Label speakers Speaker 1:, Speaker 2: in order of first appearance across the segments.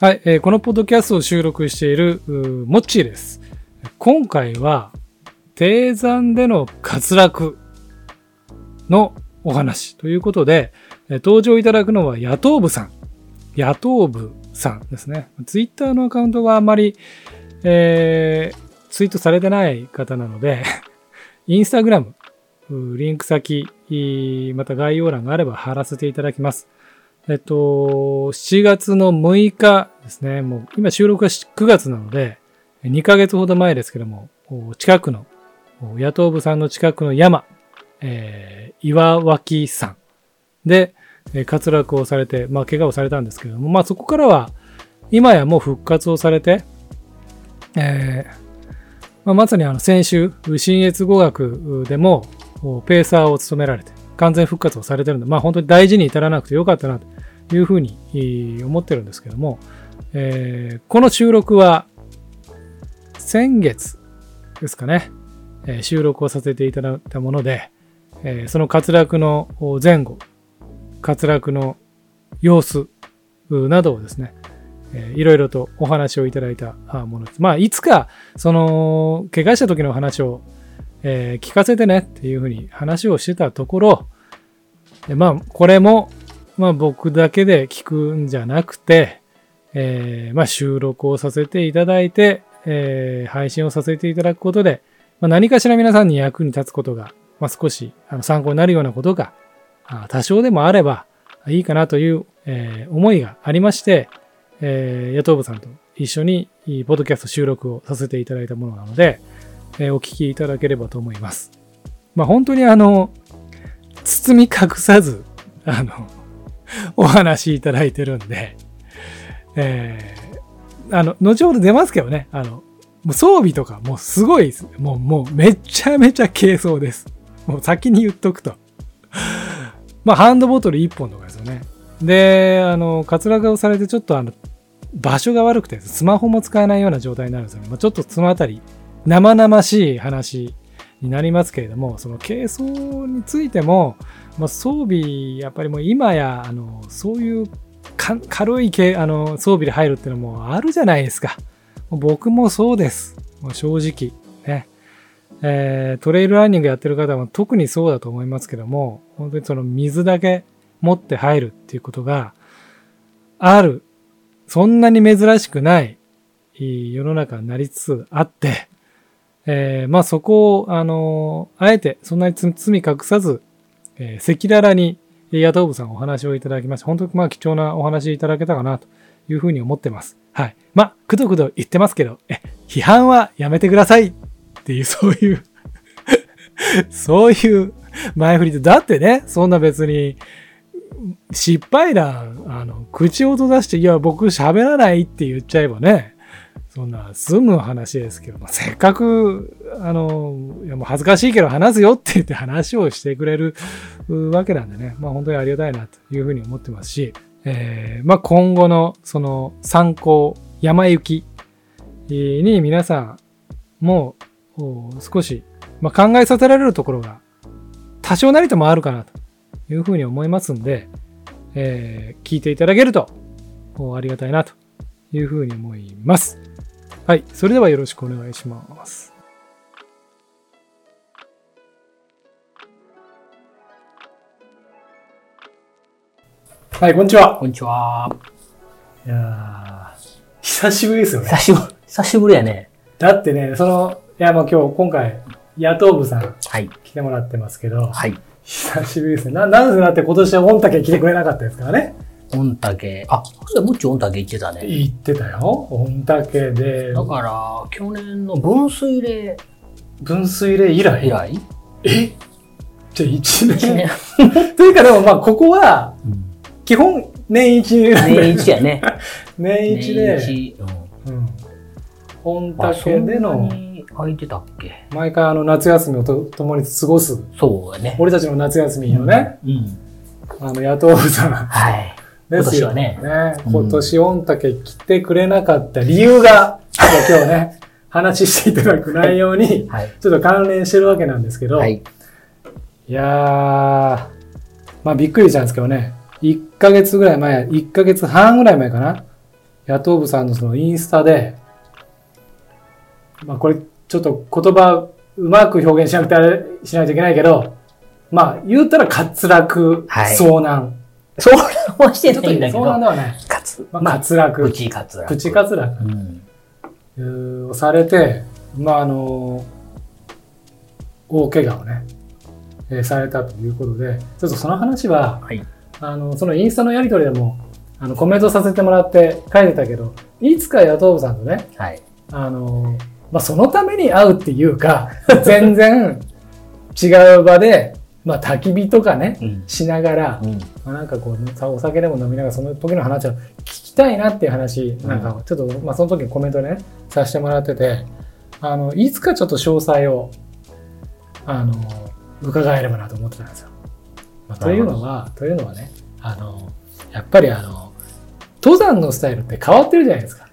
Speaker 1: はい、えーこのポッドキャストを収録している、うーモッチーです。今回は、低山での滑落のお話ということで、えー登場いただくのは野党部さん。野党部さんですね。ツイッターのアカウントがあんまり、えーツイートされてない方なので、 インスタグラム、うーリンク先、いーまた概要欄があれば貼らせていただきます。えっと、7月の6日ですね。もう今収録が9月なので、2ヶ月ほど前ですけども、お近くの、お野党部さんの近くの山、えー岩脇山で、えー滑落をされて、まあ、怪我をされたんですけども、まあ、そこからは、今やもう復活をされて、えーまあ、まさにあの先週、新越語学でも、おペーサーを務められて、完全復活をされてるんで、まあ、本当に大事に至らなくてよかったな、というふうにえー思ってるんですけども、えーこの収録は、先月ですかね、えー収録をさせていただいたもので、えーその滑落のお前後、滑落の様子うなどをですね、えーいろいろとお話をいただいたあものです。まあ、いつか、その、怪我した時の話を、えー聞かせてねっていうふうに話をしてたところ、えまあ、これも、まあ、僕だけで聞くんじゃなくて、えーまあ、収録をさせていただいて、えー配信をさせていただくことで、まあ、何かしら皆さんに役に立つことが、まあ、少しあの参考になるようなことが、あ多少でもあればいいかなという、えー思いがありまして、えー野党部さんと一緒に、いいポッドキャスト収録をさせていただいたものなので、えーお聞きいただければと思います。まあ、本当にあの、包み隠さず、あの、 お話いただいてるんで、えーあの、後ほど出ますけどね、あの、もう装備とかもうすごいです。もう、もうめちゃめちゃ軽装です。もう先に言っとくと。 まあ、ハンドボトル1本とかですよね。で、あの、滑落をされてちょっとあの、場所が悪くて、スマホも使えないような状態になるんですよね。まあ、ちょっとそのあたり、生々しい話になりますけれども、その軽装についても、まあ、装備、やっぱりもう今や、あの、そういうか軽いけあの装備で入るってのもあるじゃないですか。もう僕もそうです。もう正直。ね。えートレイルランニングやってる方は特にそうだと思いますけども、本当にその水だけ持って入るっていうことがある、そんなに珍しくないいい世の中になりつつあって、えーまあそこを、あのあえてそんなに罪罪隠さず、えー赤裸々にえー野党部さんお話をいただきまして、本当にまあ貴重なお話いただけたかなというふうに思ってます。はい。まあ、くどくど言ってますけど、え、批判はやめてくださいっていう、そういう、 そういう前振りで、だってね、そんな別に、失敗談、あの、口を閉ざして、いや、僕喋らないって言っちゃえばね、そんな、済む話ですけども、せっかく、あの、いやもう恥ずかしいけど話すよって言って話をしてくれるわけなんでね、まあ本当にありがたいなというふうに思ってますし、えーまあ今後のその参考、山行きに皆さんもお少し、まあ、考えさせられるところが多少なりともあるかなというふうに思いますんで、えー聞いていただけるとおありがたいなというふうに思います。はい、それではよろしくお願いします。はい、こんにちは。
Speaker 2: こんにちは。
Speaker 1: いやー久しぶりですよね
Speaker 2: 久。しぶり、久しぶりやね。
Speaker 1: だってね、その、いや、もう今日、今回、野党部さん
Speaker 2: はい。
Speaker 1: 来てもらってますけど、
Speaker 2: はい。
Speaker 1: 久しぶりですね。な、なんせだって今年は御嶽来てくれなかったですからね。
Speaker 2: 御嶽。あ、そうだ、もっち御嶽行ってたね。
Speaker 1: 言ってたよ。御嶽で、
Speaker 2: だから、去年の分水嶺
Speaker 1: 分水嶺以来。
Speaker 2: 以来
Speaker 1: えじゃあ一
Speaker 2: 一
Speaker 1: 年。
Speaker 2: 年。
Speaker 1: というかでもまあ、ここは、
Speaker 2: うん
Speaker 1: 基本、年一なんで
Speaker 2: 年一や ね。
Speaker 1: 年一で、
Speaker 2: 一。うん。
Speaker 1: うん。御
Speaker 2: あ、そ
Speaker 1: 嶽
Speaker 2: ん
Speaker 1: で
Speaker 2: な
Speaker 1: の、
Speaker 2: に空いてたっけ
Speaker 1: 毎回あの、夏休みをと共に過ごす、
Speaker 2: そうやね。
Speaker 1: 俺たちの夏休みのね、。
Speaker 2: うん。
Speaker 1: あの、野党部さん。
Speaker 2: はい。
Speaker 1: ですよ
Speaker 2: 今年うん
Speaker 1: 今年御嶽来てくれなかった理由が、ちょっと今日ね、話していただく内容に、
Speaker 2: はい。
Speaker 1: ちょっと関連してるわけなんですけど、、
Speaker 2: はいい。
Speaker 1: やー、まあびっくりしたんですけどね、1ヶ月ぐらい前、1ヶ月半ぐらい前かな、野党部さんのそのインスタで、まあこれちょっと言葉うまく表現しなくてあれ、しないといけないけど、まあ言うたら滑落、
Speaker 2: はい
Speaker 1: 遭難。
Speaker 2: そうはしてないんだけ
Speaker 1: 遭難
Speaker 2: ど、
Speaker 1: ではない。
Speaker 2: かつ、
Speaker 1: ま
Speaker 2: ま
Speaker 1: あ
Speaker 2: あ、
Speaker 1: 滑落、
Speaker 2: 口かつら。
Speaker 1: 口滑落。
Speaker 2: うん。
Speaker 1: えーをされて、まああの大怪我をね、えーされたということで、ちょっとその話は、
Speaker 2: はい
Speaker 1: あのそのインスタのやりとりでもあのコメントさせてもらって書いてたけど、いつか野党部さんとね、
Speaker 2: はい。
Speaker 1: あのまあ、そのために会うっていう か、全然違う場で、まあ、焚き火とかね、
Speaker 2: うん。
Speaker 1: しながら、
Speaker 2: うん。
Speaker 1: まあ、なんかこうさお酒でも飲みながらその時の話を聞きたいなっていう話なんかちょっと、まあ、その時のコメントでねさせてもらっててあのいつかちょっと詳細をあの伺えればなと思ってたんですよ。まあ、というのはというのはねあのやっぱりあの登山のスタイルって変わってるじゃないですか。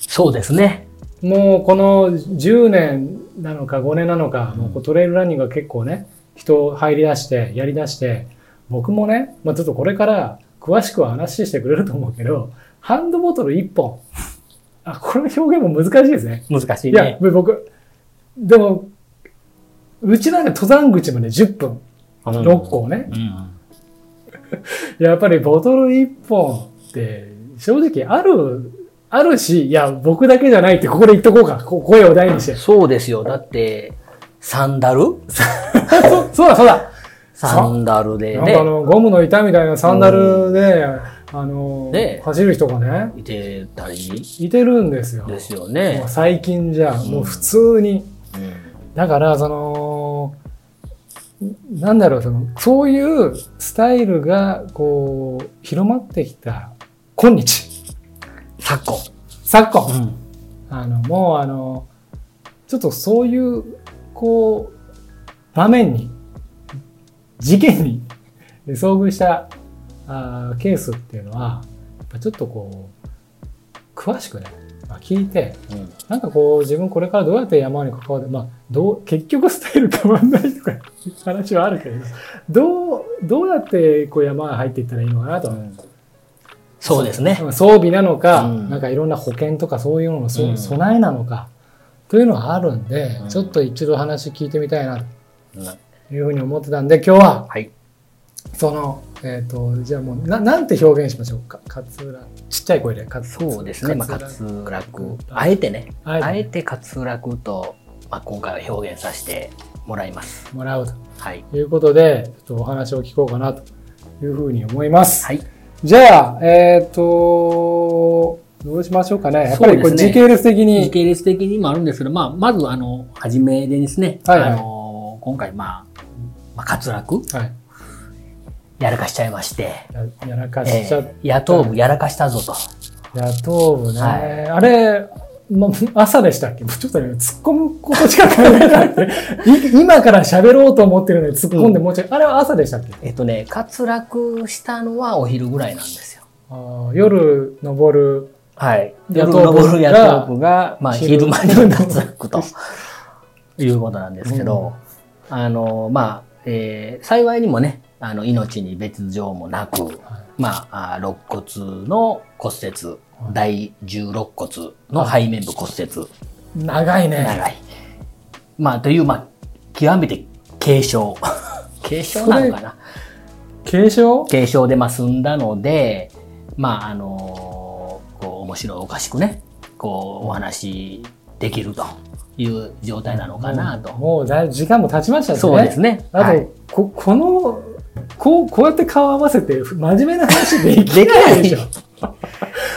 Speaker 2: そうですね。
Speaker 1: もうこの10年なのか5年なのか、
Speaker 2: うん
Speaker 1: もうこうトレイルランニングが結構ね、人入り出して、やり出して、僕もね、まあ、ちょっとこれから詳しくは話してくれると思うけど、ハンドボトル1本。あ、これの表現も難しいですね。
Speaker 2: 難しい
Speaker 1: いや
Speaker 2: ね、。
Speaker 1: 僕、でも、うちなんか登山口まで10分、
Speaker 2: うん
Speaker 1: 6個をね、
Speaker 2: うん。
Speaker 1: やっぱりボトル1本って正直ある、あるし、いや、僕だけじゃないってここで言っとこうか。こ声を大にして。
Speaker 2: そうですよ。だって、サンダル
Speaker 1: そそうだそうだ
Speaker 2: サンダルで
Speaker 1: なんかあ
Speaker 2: ね。
Speaker 1: の、ゴムの板みたいなサンダルで、あの、
Speaker 2: ね
Speaker 1: 走る人がね、
Speaker 2: いてたり
Speaker 1: いてるんですよ。
Speaker 2: ですよ
Speaker 1: も
Speaker 2: ね
Speaker 1: う。最近じゃ、
Speaker 2: うん
Speaker 1: もう普通に。
Speaker 2: うん
Speaker 1: だから、その、なんだろう、その、そういうスタイルが、こう、広まってきた、今日、
Speaker 2: 昨今。
Speaker 1: 昨今。
Speaker 2: うん。
Speaker 1: あの、もうあの、ちょっとそういう、こう、場面に、事件に遭遇したあーケースっていうのは、やっぱちょっとこう、詳しくね、まあ、聞いて、
Speaker 2: うん
Speaker 1: なんかこう、自分これからどうやって山に関わって、まあ、どう、結局スタイル変わんないとかいう話はあるけれど、どう、どうやってこう山に入っていったらいいのかなと。
Speaker 2: そうですね。
Speaker 1: 装備なのか、
Speaker 2: うん
Speaker 1: なんかいろんな保険とかそういうのの、そ
Speaker 2: うん
Speaker 1: 備えなのか、というのがあるんで、
Speaker 2: うん
Speaker 1: ちょっと一度話聞いてみたいな
Speaker 2: うん
Speaker 1: というふうに思ってたんで、今日は、
Speaker 2: はい。
Speaker 1: その、えっ、と、じゃあもう、ななんて表現しましょうか。かつら、ちっちゃい声で、かつ
Speaker 2: そうですね。まあ、
Speaker 1: かつ
Speaker 2: 滑落。あえてね。
Speaker 1: ら、あ
Speaker 2: あ
Speaker 1: え
Speaker 2: えて滑落と、まあ、今回は表現させてもらいます。
Speaker 1: てもらう
Speaker 2: はい。
Speaker 1: ということで、ちょっとお話を聞こうかなというふうに思います。
Speaker 2: はい。
Speaker 1: じゃあ、えっ、と、どうしましょうかね。やっぱりこ
Speaker 2: そ
Speaker 1: れ
Speaker 2: うですね
Speaker 1: 時系列的に、
Speaker 2: 時系列的にもあるんですけど、まあ、まず、あの、初めでですね、
Speaker 1: はいはい
Speaker 2: あの、今回、まあ、まあ、滑落
Speaker 1: はい
Speaker 2: やらかしちゃいまして、
Speaker 1: や、やらかし
Speaker 2: え
Speaker 1: ちゃっ
Speaker 2: ー野党部やらかしたぞと。
Speaker 1: 野党部ね、
Speaker 2: はい
Speaker 1: あれ、ま、朝でしたっけちょっとね、突っ込むことしか考えなくて、い今から喋ろうと思ってるのに突っ込んでもうちょい、あれは朝でしたっけ
Speaker 2: えっとね、滑落したのはお昼ぐらいなんですよ。
Speaker 1: あー夜登る、
Speaker 2: はい。
Speaker 1: 野
Speaker 2: 夜
Speaker 1: 党部が
Speaker 2: 登る野党部が、まあ、
Speaker 1: 昼
Speaker 2: 昼間に滑落 ということなんですけど、あの、まあ、えー幸いにもね、あの、命に別状もなく、まあ、あー肋骨の骨折、第十肋骨の背面部骨折、
Speaker 1: 長いね。
Speaker 2: 長い。まあ、という、まあ、極めて軽 症。軽症なのかな
Speaker 1: 軽症
Speaker 2: 軽症でまあ済んだので、まああのこう面白いおかしくね、こうお話できるという状態なのかなと。
Speaker 1: もうだい時間も経ちましたしね。
Speaker 2: そうですね。
Speaker 1: あと、
Speaker 2: はい
Speaker 1: こ、この、こう、こうやって顔合わせて、真面目な話できないでしょ。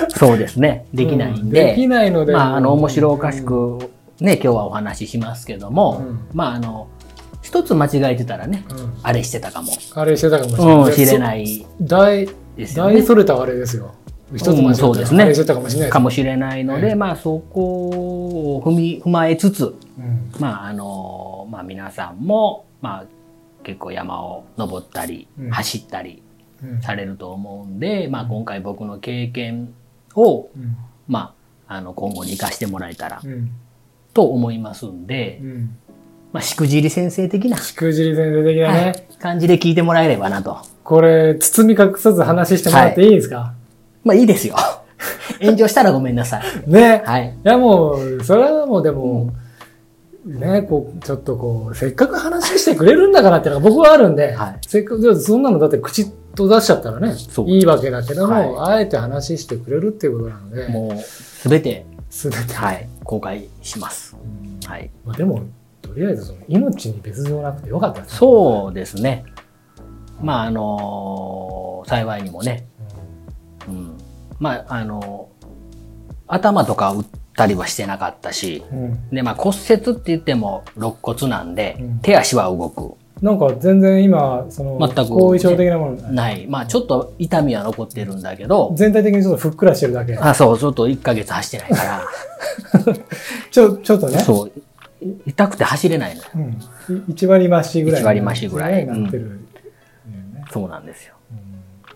Speaker 2: そうですね。できないん
Speaker 1: うでき
Speaker 2: で、
Speaker 1: ないので。
Speaker 2: まああの面白おかしくね、今日はお話ししますけども、
Speaker 1: うん
Speaker 2: まああの、一つ間違えてたらね、
Speaker 1: うん。
Speaker 2: あれしてたかも。
Speaker 1: あれしてたかもしれない。
Speaker 2: うん、知れない
Speaker 1: 大、
Speaker 2: ですよね
Speaker 1: 大。それたあれですよ。一つ間違
Speaker 2: う
Speaker 1: え
Speaker 2: んそう
Speaker 1: た
Speaker 2: です
Speaker 1: ら
Speaker 2: ね
Speaker 1: あれしてたかもしれないです
Speaker 2: かもしれないの
Speaker 1: ええ
Speaker 2: で、まあそこを踏み、踏まえつつ、
Speaker 1: うん
Speaker 2: まああのまあ、皆さんも、まあ、結構山を登ったり
Speaker 1: うん
Speaker 2: 走ったり
Speaker 1: うん
Speaker 2: されると思うんで、まあ、今回僕の経験を、
Speaker 1: うん
Speaker 2: まあ、あの今後に生かしてもらえたら
Speaker 1: うん
Speaker 2: と思いますんで、
Speaker 1: うん
Speaker 2: まあ、しくじり先生的な
Speaker 1: しくじり先生的な
Speaker 2: は
Speaker 1: ね、
Speaker 2: い感じで聞いてもらえればなと。
Speaker 1: これ包み隠さず話してもらっていいですか、
Speaker 2: まあいいですよ。炎上したらごめんなさい。
Speaker 1: ね。
Speaker 2: はい。
Speaker 1: いやもう、それはもうでも
Speaker 2: も、
Speaker 1: ね、こう、ちょっとこう、せっかく話してくれるんだからっていうのが僕はあるんで、
Speaker 2: はい
Speaker 1: せっかく、そんなのだって口と出しちゃったらね
Speaker 2: そ、う
Speaker 1: いいわけだけども、
Speaker 2: は
Speaker 1: あえて話してくれるっていうことなので、
Speaker 2: もう、すべて、
Speaker 1: すべて。
Speaker 2: はい、公開します。はい。
Speaker 1: まあ、でも、とりあえずその命に別状なくてよかったですね
Speaker 2: そうですね。まあ、あのー幸いにもね、うん。まあ、あのー頭とか打ったりはしてなかったし、
Speaker 1: うん。うん
Speaker 2: で、まあ骨折って言っても肋骨なんで、
Speaker 1: うん
Speaker 2: 手足は動く。
Speaker 1: なんか全然今、その、
Speaker 2: 全く
Speaker 1: 後遺症的なもの、
Speaker 2: ない。まあちょっと痛みは残ってるんだけど、
Speaker 1: 全体的にちょっとふっくらしてるだけ。
Speaker 2: あ、そう、ちょっと1ヶ月走ってないか
Speaker 1: ちょ、ちょっとね
Speaker 2: ら、。そう、い痛くて走れないのよ。
Speaker 1: うん。1割増しぐらい。
Speaker 2: 一割増しぐらい
Speaker 1: なってる。ね
Speaker 2: そうなんです
Speaker 1: う
Speaker 2: よ。
Speaker 1: ん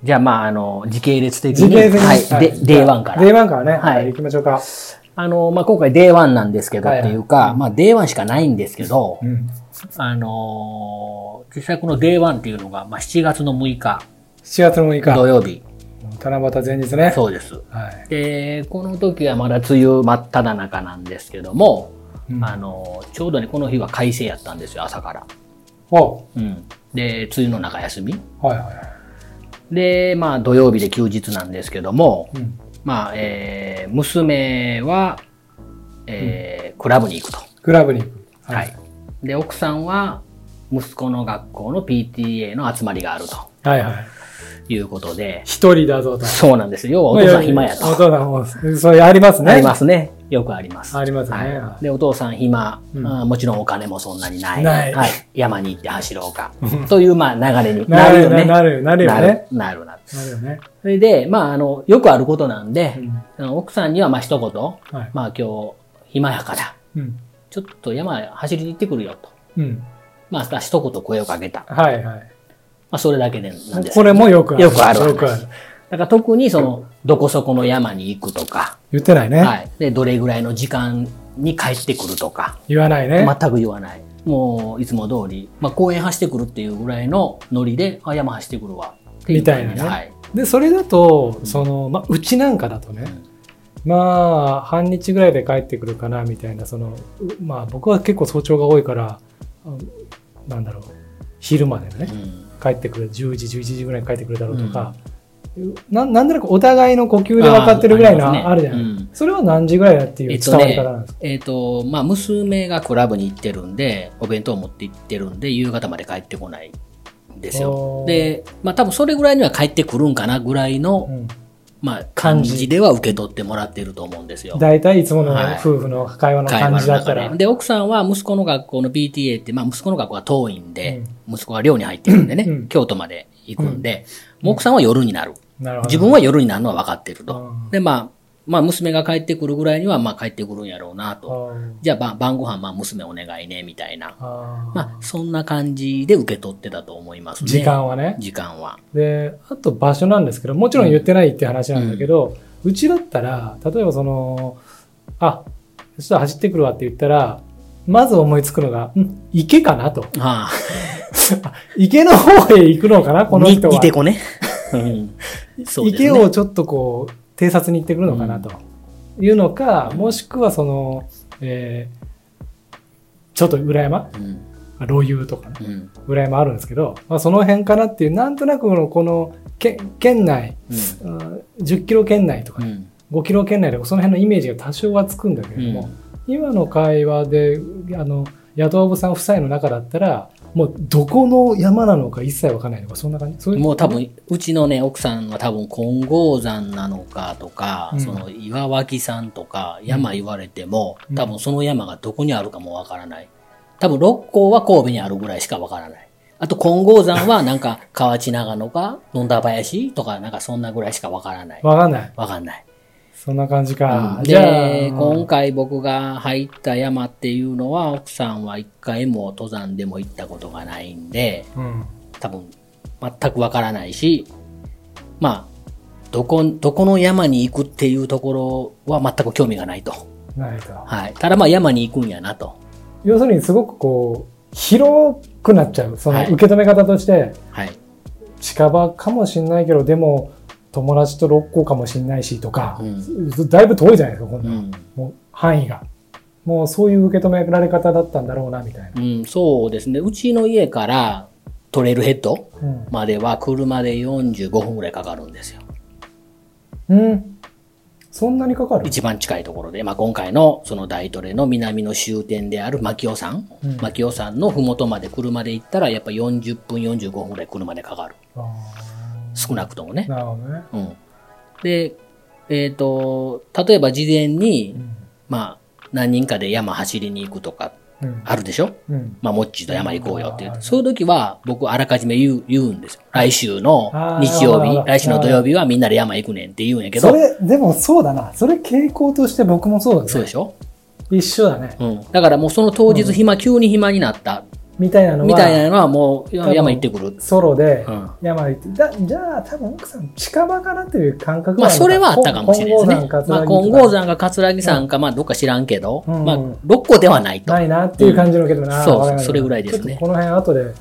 Speaker 2: じゃあ、まあ、あの、時系列的
Speaker 1: 時
Speaker 2: に。
Speaker 1: 系列に
Speaker 2: はい。で、デーワンから。
Speaker 1: デーワンからね。は
Speaker 2: はい
Speaker 1: い。行きましょうか。
Speaker 2: あの、まあ、今回デーワンなんですけど
Speaker 1: はい
Speaker 2: っ
Speaker 1: はい
Speaker 2: ていうか、まあ、デーワンしかないんですけど、
Speaker 1: ん。
Speaker 2: あのー実際このデーワンっていうのが、まあ、7月の6日、
Speaker 1: 7月の6
Speaker 2: 土
Speaker 1: 日。
Speaker 2: 曜日。
Speaker 1: 七夕前日ね。
Speaker 2: そうです。
Speaker 1: はい。
Speaker 2: で、この時はまだ梅雨真っ只中なんですけども、
Speaker 1: うん
Speaker 2: あのーちょうどね、この日は快晴やったんですよ、朝から。
Speaker 1: お
Speaker 2: うん。で、梅雨の中休み。
Speaker 1: はいはいは
Speaker 2: で、まあ、土曜日で休日なんですけども、
Speaker 1: い。うん。
Speaker 2: まあ、えー娘は、えークラブに行くと。
Speaker 1: クラブに行く。
Speaker 2: はい。。で、奥さんは、息子の学校の PTA の集まりがあると
Speaker 1: はいはい。
Speaker 2: いうことで、
Speaker 1: 一人だぞと。
Speaker 2: そうなんですよ。要はお父さん暇や
Speaker 1: お
Speaker 2: と。
Speaker 1: 父さんも、それありますね。
Speaker 2: ありますね。よくあります。
Speaker 1: ありますね
Speaker 2: はいで、お父さん暇、
Speaker 1: うん
Speaker 2: あーもちろんお金もそんなにない。
Speaker 1: ない
Speaker 2: はい。山に行って走ろうか
Speaker 1: うん。
Speaker 2: という、まあ、流れに
Speaker 1: な
Speaker 2: な
Speaker 1: る
Speaker 2: る
Speaker 1: よ
Speaker 2: よ
Speaker 1: ね。
Speaker 2: ね。
Speaker 1: なるよ、なるよね。
Speaker 2: なるなる。
Speaker 1: なるよね。
Speaker 2: それで、まあ、あの、よくあることなんで
Speaker 1: う、ん。
Speaker 2: あの奥さんには、まあ、一言、
Speaker 1: はい。
Speaker 2: まあ、今日、暇やから、
Speaker 1: うん。
Speaker 2: ちょっと山走りに行ってくるよと。
Speaker 1: うん。
Speaker 2: まあ、一言声をかけた。ま
Speaker 1: はいはい。
Speaker 2: あ、それだけでなんですけど
Speaker 1: これもよくある。
Speaker 2: よくある
Speaker 1: よくある。
Speaker 2: だから特にその、どこそこの山に行くとか、
Speaker 1: 言ってない
Speaker 2: は
Speaker 1: ね。
Speaker 2: い。で、どれぐらいの時間に帰ってくるとか、
Speaker 1: 言わないね
Speaker 2: 全。く言わない。もう、いつも通り、まあ、公園走ってくるっていうぐらいのノリで、あ、山走ってくるわ。ってう感じ
Speaker 1: みたいなね
Speaker 2: はい。
Speaker 1: で、それだと、その、まあ、うちなんかだとね、まあ、半日ぐらいで帰ってくるかな、みたいな、その、うまあ、僕は結構早朝が多いから、あなんだろう、昼まで
Speaker 2: う
Speaker 1: ね、
Speaker 2: ん
Speaker 1: 帰ってくる、10時、11時ぐらいに帰ってくるだろうとか、ななんとなくお互いの呼吸で分かってるぐらいの
Speaker 2: あーあ
Speaker 1: あ,、
Speaker 2: りますね
Speaker 1: るじゃない、
Speaker 2: うん
Speaker 1: それは何時ぐらいだっていう
Speaker 2: えっ
Speaker 1: 伝わ
Speaker 2: とね
Speaker 1: り方なんですか、
Speaker 2: えっ、と、まあ、娘がクラブに行ってるんで、お弁当を持って行ってるんで、夕方まで帰ってこないんですよ
Speaker 1: お。ー
Speaker 2: で、まあ、多分それぐらいには帰ってくるんかなぐらいの、
Speaker 1: うん
Speaker 2: まあ、感じでは受け取ってもらってると思うんですよ。
Speaker 1: 大体いつもの
Speaker 2: はい
Speaker 1: 夫婦の会話の
Speaker 2: 会話
Speaker 1: 感
Speaker 2: の
Speaker 1: じだった
Speaker 2: 中
Speaker 1: ら、
Speaker 2: で。で、奥さんは息子の学校の PTA って、まあ、息子の学校は遠いんで、息子は寮に入ってるんでね、
Speaker 1: うん
Speaker 2: 京都まで行くんで、もう奥さんは夜になる。
Speaker 1: なるほど
Speaker 2: 自分は夜になるのは分かってると。
Speaker 1: うん
Speaker 2: で、まあ、まあ、娘が帰ってくるぐらいには、まあ、帰ってくるんやろうなと。じゃあ、ば晩ご飯、まあ、娘お願いね、みたいな。
Speaker 1: あー
Speaker 2: まあ、そんな感じで受け取ってたと思いますね。
Speaker 1: 時。間はね、
Speaker 2: 時間は。
Speaker 1: であと場所なんですけどもちろん言ってないって話なんだけど、うちだったら例えばそのあちょっと走ってくるわって言ったらまず思いつくのが、うん、池かなと。
Speaker 2: あ
Speaker 1: 池の方へ行くのかな
Speaker 2: あ、
Speaker 1: この人は
Speaker 2: に似。てこね。うん そうですね
Speaker 1: 池をちょっとこう、偵察に行ってくるのかなというのか、もしくはその、えーちょっと裏山、
Speaker 2: うん。
Speaker 1: 老遊とかね、
Speaker 2: うん。
Speaker 1: 裏山あるんですけど、まあ、その辺かなっていう、なんとなくこの、この、け県内、
Speaker 2: う
Speaker 1: うん10キロ圏内とか
Speaker 2: ん。う、ん。
Speaker 1: 5キロ圏内とかその辺のイメージが多少はつくんだけれども、今の会話であの野党部さん夫妻の中だったらもうどこの山なのか一切わかんないとかそんな感じそういう
Speaker 2: もう多分、うちのね、奥さんは多分、金剛山なのかとか、
Speaker 1: うん
Speaker 2: その岩脇山とか、山言われても、
Speaker 1: うん
Speaker 2: 多分その山がどこにあるかもわからない。多分、六甲は神戸にあるぐらいしかわからない。あと、金剛山はなんか、河内長野か、野田林とか、なんかそんなぐらいしかわからない。
Speaker 1: わかんない
Speaker 2: わかんない。
Speaker 1: そんな感じか、
Speaker 2: うん
Speaker 1: じゃあ
Speaker 2: で、今回僕が入った山っていうのは、奥さんは一回も登山でも行ったことがないんで、
Speaker 1: うん
Speaker 2: 多分全くわからないし、まあ、どこ、どこの山に行くっていうところは全く興味がないと。
Speaker 1: ないと
Speaker 2: はい。ただまあ山に行くんやなと。
Speaker 1: 要するにすごくこう広くなっちゃうそ
Speaker 2: は
Speaker 1: の
Speaker 2: い
Speaker 1: 受け止め方として、
Speaker 2: はい。
Speaker 1: 近場かもしれないけどでも友達と六甲かもしれないしとか
Speaker 2: う、ん
Speaker 1: だいぶ遠いじゃないですか、こん
Speaker 2: う
Speaker 1: な、
Speaker 2: ん
Speaker 1: もう範囲が。もうそういう受け止められ方だったんだろうな、みたいな。
Speaker 2: うん、そうですね。うちの家からトレイルヘッド
Speaker 1: うん。
Speaker 2: までは車で45分ぐらいかかるんですよ。
Speaker 1: うん、そんなにかかる
Speaker 2: 一番近いところで、まあ、今回のその大トレの南の終点である牧尾山、
Speaker 1: うん
Speaker 2: 牧尾山の麓まで車で行ったらやっぱ40分45分ぐらい車でかかる。
Speaker 1: あ
Speaker 2: 少なくともね
Speaker 1: ー。なるほどね。
Speaker 2: うん。で、えっ、と、例えば事前に、まあ、何人かで山走りに行くとか
Speaker 1: うん。
Speaker 2: あるでしょ
Speaker 1: うん。
Speaker 2: まあ、モッチーと山行こうよっていう
Speaker 1: あ。ー
Speaker 2: そういう時は、僕、あらかじめ言う、言うんですよ。来週の
Speaker 1: あー
Speaker 2: 日曜
Speaker 1: なるほ
Speaker 2: 日
Speaker 1: ど、
Speaker 2: 来週の土曜日はみんなで山行くねんって言うんやけど
Speaker 1: そ、れ、でもそうだな。それ傾向として僕もそうだね。
Speaker 2: そうでしょ
Speaker 1: 一緒だね。
Speaker 2: うん。だからもうその当日暇、急に暇になった、
Speaker 1: みたいなのは、
Speaker 2: みたいなのはもう、
Speaker 1: 多分
Speaker 2: 山行ってくる。
Speaker 1: ソロで
Speaker 2: うん
Speaker 1: 山行って、だじゃあ多分奥さん近場かなという感覚
Speaker 2: ま
Speaker 1: は
Speaker 2: あ、それはあったかもしれないですね。まあ、金剛
Speaker 1: 山
Speaker 2: 山か葛城山か、まあ、どっか知らんけど、
Speaker 1: うん
Speaker 2: まあ、六個ではないと
Speaker 1: な。いなっていう感じのけどな、
Speaker 2: うんそう
Speaker 1: わかるわかる
Speaker 2: それぐらいですね
Speaker 1: ちょっとこの辺後で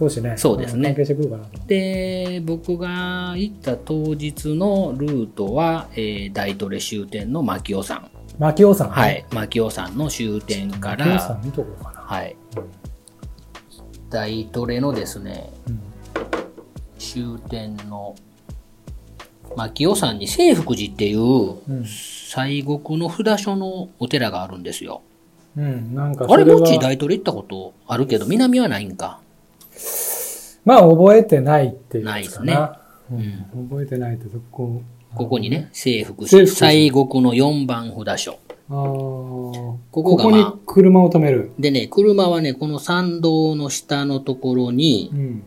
Speaker 1: 少しね、
Speaker 2: そうですね
Speaker 1: 関係してくるかなと。
Speaker 2: で、僕が行った当日のルートは、えー大トレ終点の牧尾山。
Speaker 1: 牧尾さん、
Speaker 2: は。い。牧尾山の終点か
Speaker 1: 牧尾さ
Speaker 2: ら、
Speaker 1: ん見とこうかな。
Speaker 2: はい。大トレのですね、
Speaker 1: うん
Speaker 2: 終点の牧尾山に清福寺っていう
Speaker 1: うん
Speaker 2: 西国の札所のお寺があるんですよ。
Speaker 1: うん、なんか
Speaker 2: あれ、
Speaker 1: そ
Speaker 2: も
Speaker 1: は
Speaker 2: ち大トレ行ったことあるけど、南はないんか。
Speaker 1: まあ、覚えてないっていうやつかな。
Speaker 2: いですね
Speaker 1: うん覚えてないって、そこ。
Speaker 2: ここにね、清福
Speaker 1: 清
Speaker 2: 寺、
Speaker 1: 福寺
Speaker 2: 西国の4番札所。
Speaker 1: あー。こ
Speaker 2: ここが
Speaker 1: こに
Speaker 2: まあ
Speaker 1: 車を止める。
Speaker 2: でね、車はね、この参道の下のところに
Speaker 1: う、ん。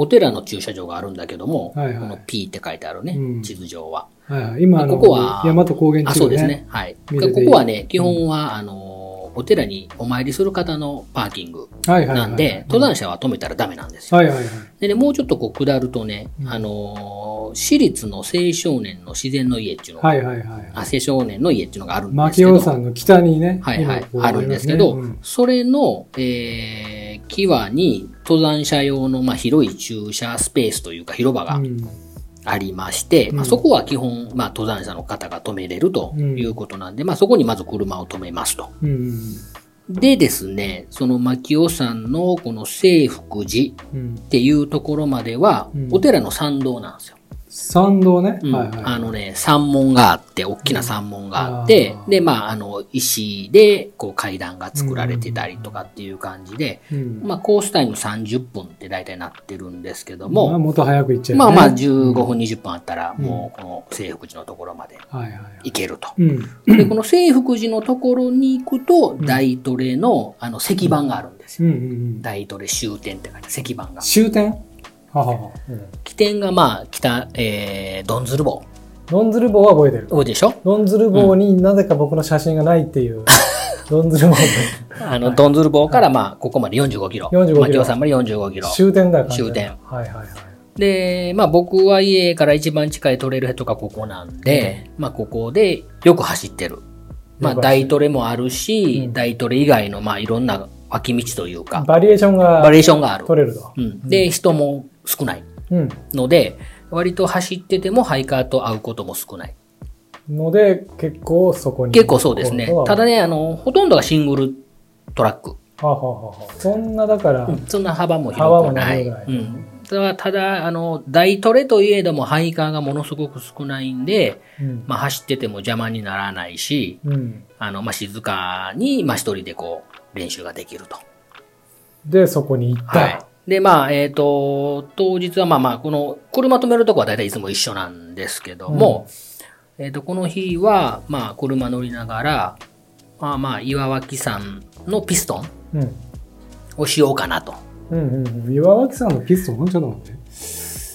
Speaker 2: お寺の駐車場があるんだけども、
Speaker 1: はいはい
Speaker 2: この P って書いてあるね、
Speaker 1: うん
Speaker 2: 地図上は。
Speaker 1: はいはい。今、あの、
Speaker 2: ここは
Speaker 1: 大和高原
Speaker 2: あ、
Speaker 1: 地
Speaker 2: そう
Speaker 1: 区
Speaker 2: ですね。。はい。
Speaker 1: 見れていい
Speaker 2: ここはね、基本は、あの、お寺にお参りする方のパーキング
Speaker 1: はいはいはい。
Speaker 2: なんで、登山者は止めたらダメなんですよ。
Speaker 1: はいはいはい。
Speaker 2: でね、もうちょっとこう下るとね
Speaker 1: う、ん
Speaker 2: あの、私立の青少年の自然の家っていうのが、
Speaker 1: はいはいはい。
Speaker 2: あ青少年の家っていうのがあるんです
Speaker 1: 牧
Speaker 2: けど、
Speaker 1: 尾山の北にね、
Speaker 2: はいはい
Speaker 1: 今こ、う
Speaker 2: あるんですけ
Speaker 1: あ
Speaker 2: ど、
Speaker 1: りますね
Speaker 2: それの、えー、際に登山者用の、まあ、広い駐車スペースというか広場
Speaker 1: う
Speaker 2: が
Speaker 1: んうん
Speaker 2: ありまして、
Speaker 1: うん
Speaker 2: まあ、そこは基本、まあ、登山者の方が止めれるということなんで、まあ、そこにまず車を止めますと。
Speaker 1: うん
Speaker 2: でですね、その牧尾山のこの清福寺
Speaker 1: うん
Speaker 2: っていうところまでは
Speaker 1: うん、
Speaker 2: お寺の参道なんですよ。
Speaker 1: 参道ね、
Speaker 2: うん
Speaker 1: はいはい
Speaker 2: あのね、山門があって、大きな山門があっ
Speaker 1: う
Speaker 2: て
Speaker 1: んあ、ー
Speaker 2: で、まあ、あの、石で、こう、階段が作られてたりとかっていう感じで、
Speaker 1: うん
Speaker 2: まあ、コースタイム30分って大体なってるんですけど
Speaker 1: まあ
Speaker 2: も、
Speaker 1: もっと早く行っちゃえ
Speaker 2: ま
Speaker 1: ば
Speaker 2: あ
Speaker 1: ね
Speaker 2: まあ、15分、20分あったら、もう、この清福寺のところまで
Speaker 1: はいはいはい
Speaker 2: 行けると。
Speaker 1: うん
Speaker 2: で、この清福寺のところに行くと、
Speaker 1: ん
Speaker 2: 大トレの、あの、石板があるんです
Speaker 1: う
Speaker 2: よ。
Speaker 1: んうん
Speaker 2: 大トレ終点って書いて、石板
Speaker 1: うん
Speaker 2: が。
Speaker 1: 終点はははうん
Speaker 2: 起点が、まあ、北、えー、ドンズル棒。
Speaker 1: ドンズル棒は覚えてる
Speaker 2: 多いでしょ
Speaker 1: ドンズル棒になぜか僕の写真がないって いうドンズル棒
Speaker 2: あの、ドンズル棒から、まあ、ここまで45キロ。
Speaker 1: 45キロ
Speaker 2: マキオさんまで45キロ
Speaker 1: の。終点だよ完全に
Speaker 2: 終点
Speaker 1: はいはいはい
Speaker 2: で、まあ、僕は家から一番近いトレイルヘッドがここなんで、まあ、ここでよく走ってる。まあ、
Speaker 1: よく走る
Speaker 2: 大トレもあるし、
Speaker 1: うん
Speaker 2: 大トレ以外の、まあ、いろんな脇道というか、
Speaker 1: バリエーション
Speaker 2: バ
Speaker 1: が
Speaker 2: リエーションがある。
Speaker 1: 取れると
Speaker 2: うん。で、人も少ない
Speaker 1: うん
Speaker 2: ので、割と走っててもハイカーと会うことも少ない。
Speaker 1: ので結構そこに
Speaker 2: 結構そうですね
Speaker 1: 行こ。うと
Speaker 2: た
Speaker 1: は
Speaker 2: だね、あの、ほとんどがシングルトラック。
Speaker 1: ははははそんなだから
Speaker 2: うんそんな幅も広くない。
Speaker 1: 幅もないぐ
Speaker 2: う
Speaker 1: らい
Speaker 2: ん、ただただあの大トレといえどもハイカーがものすごく少ないんで、
Speaker 1: うん
Speaker 2: まあ、走ってても邪魔にならないし
Speaker 1: うん
Speaker 2: あの、まあ、静かに、まあ、一人でこう練習ができると。
Speaker 1: でそこに行った
Speaker 2: はい、でまあえっ、と当日はまあまあこの車止めるとこは大体いつも一緒なんですけども、えっとこの日はまあ車乗りながらまあまあ岩脇山のピストン
Speaker 1: うん
Speaker 2: をしようかなと。
Speaker 1: うんうんうん、岩脇さんのピストン、ちょっと待って。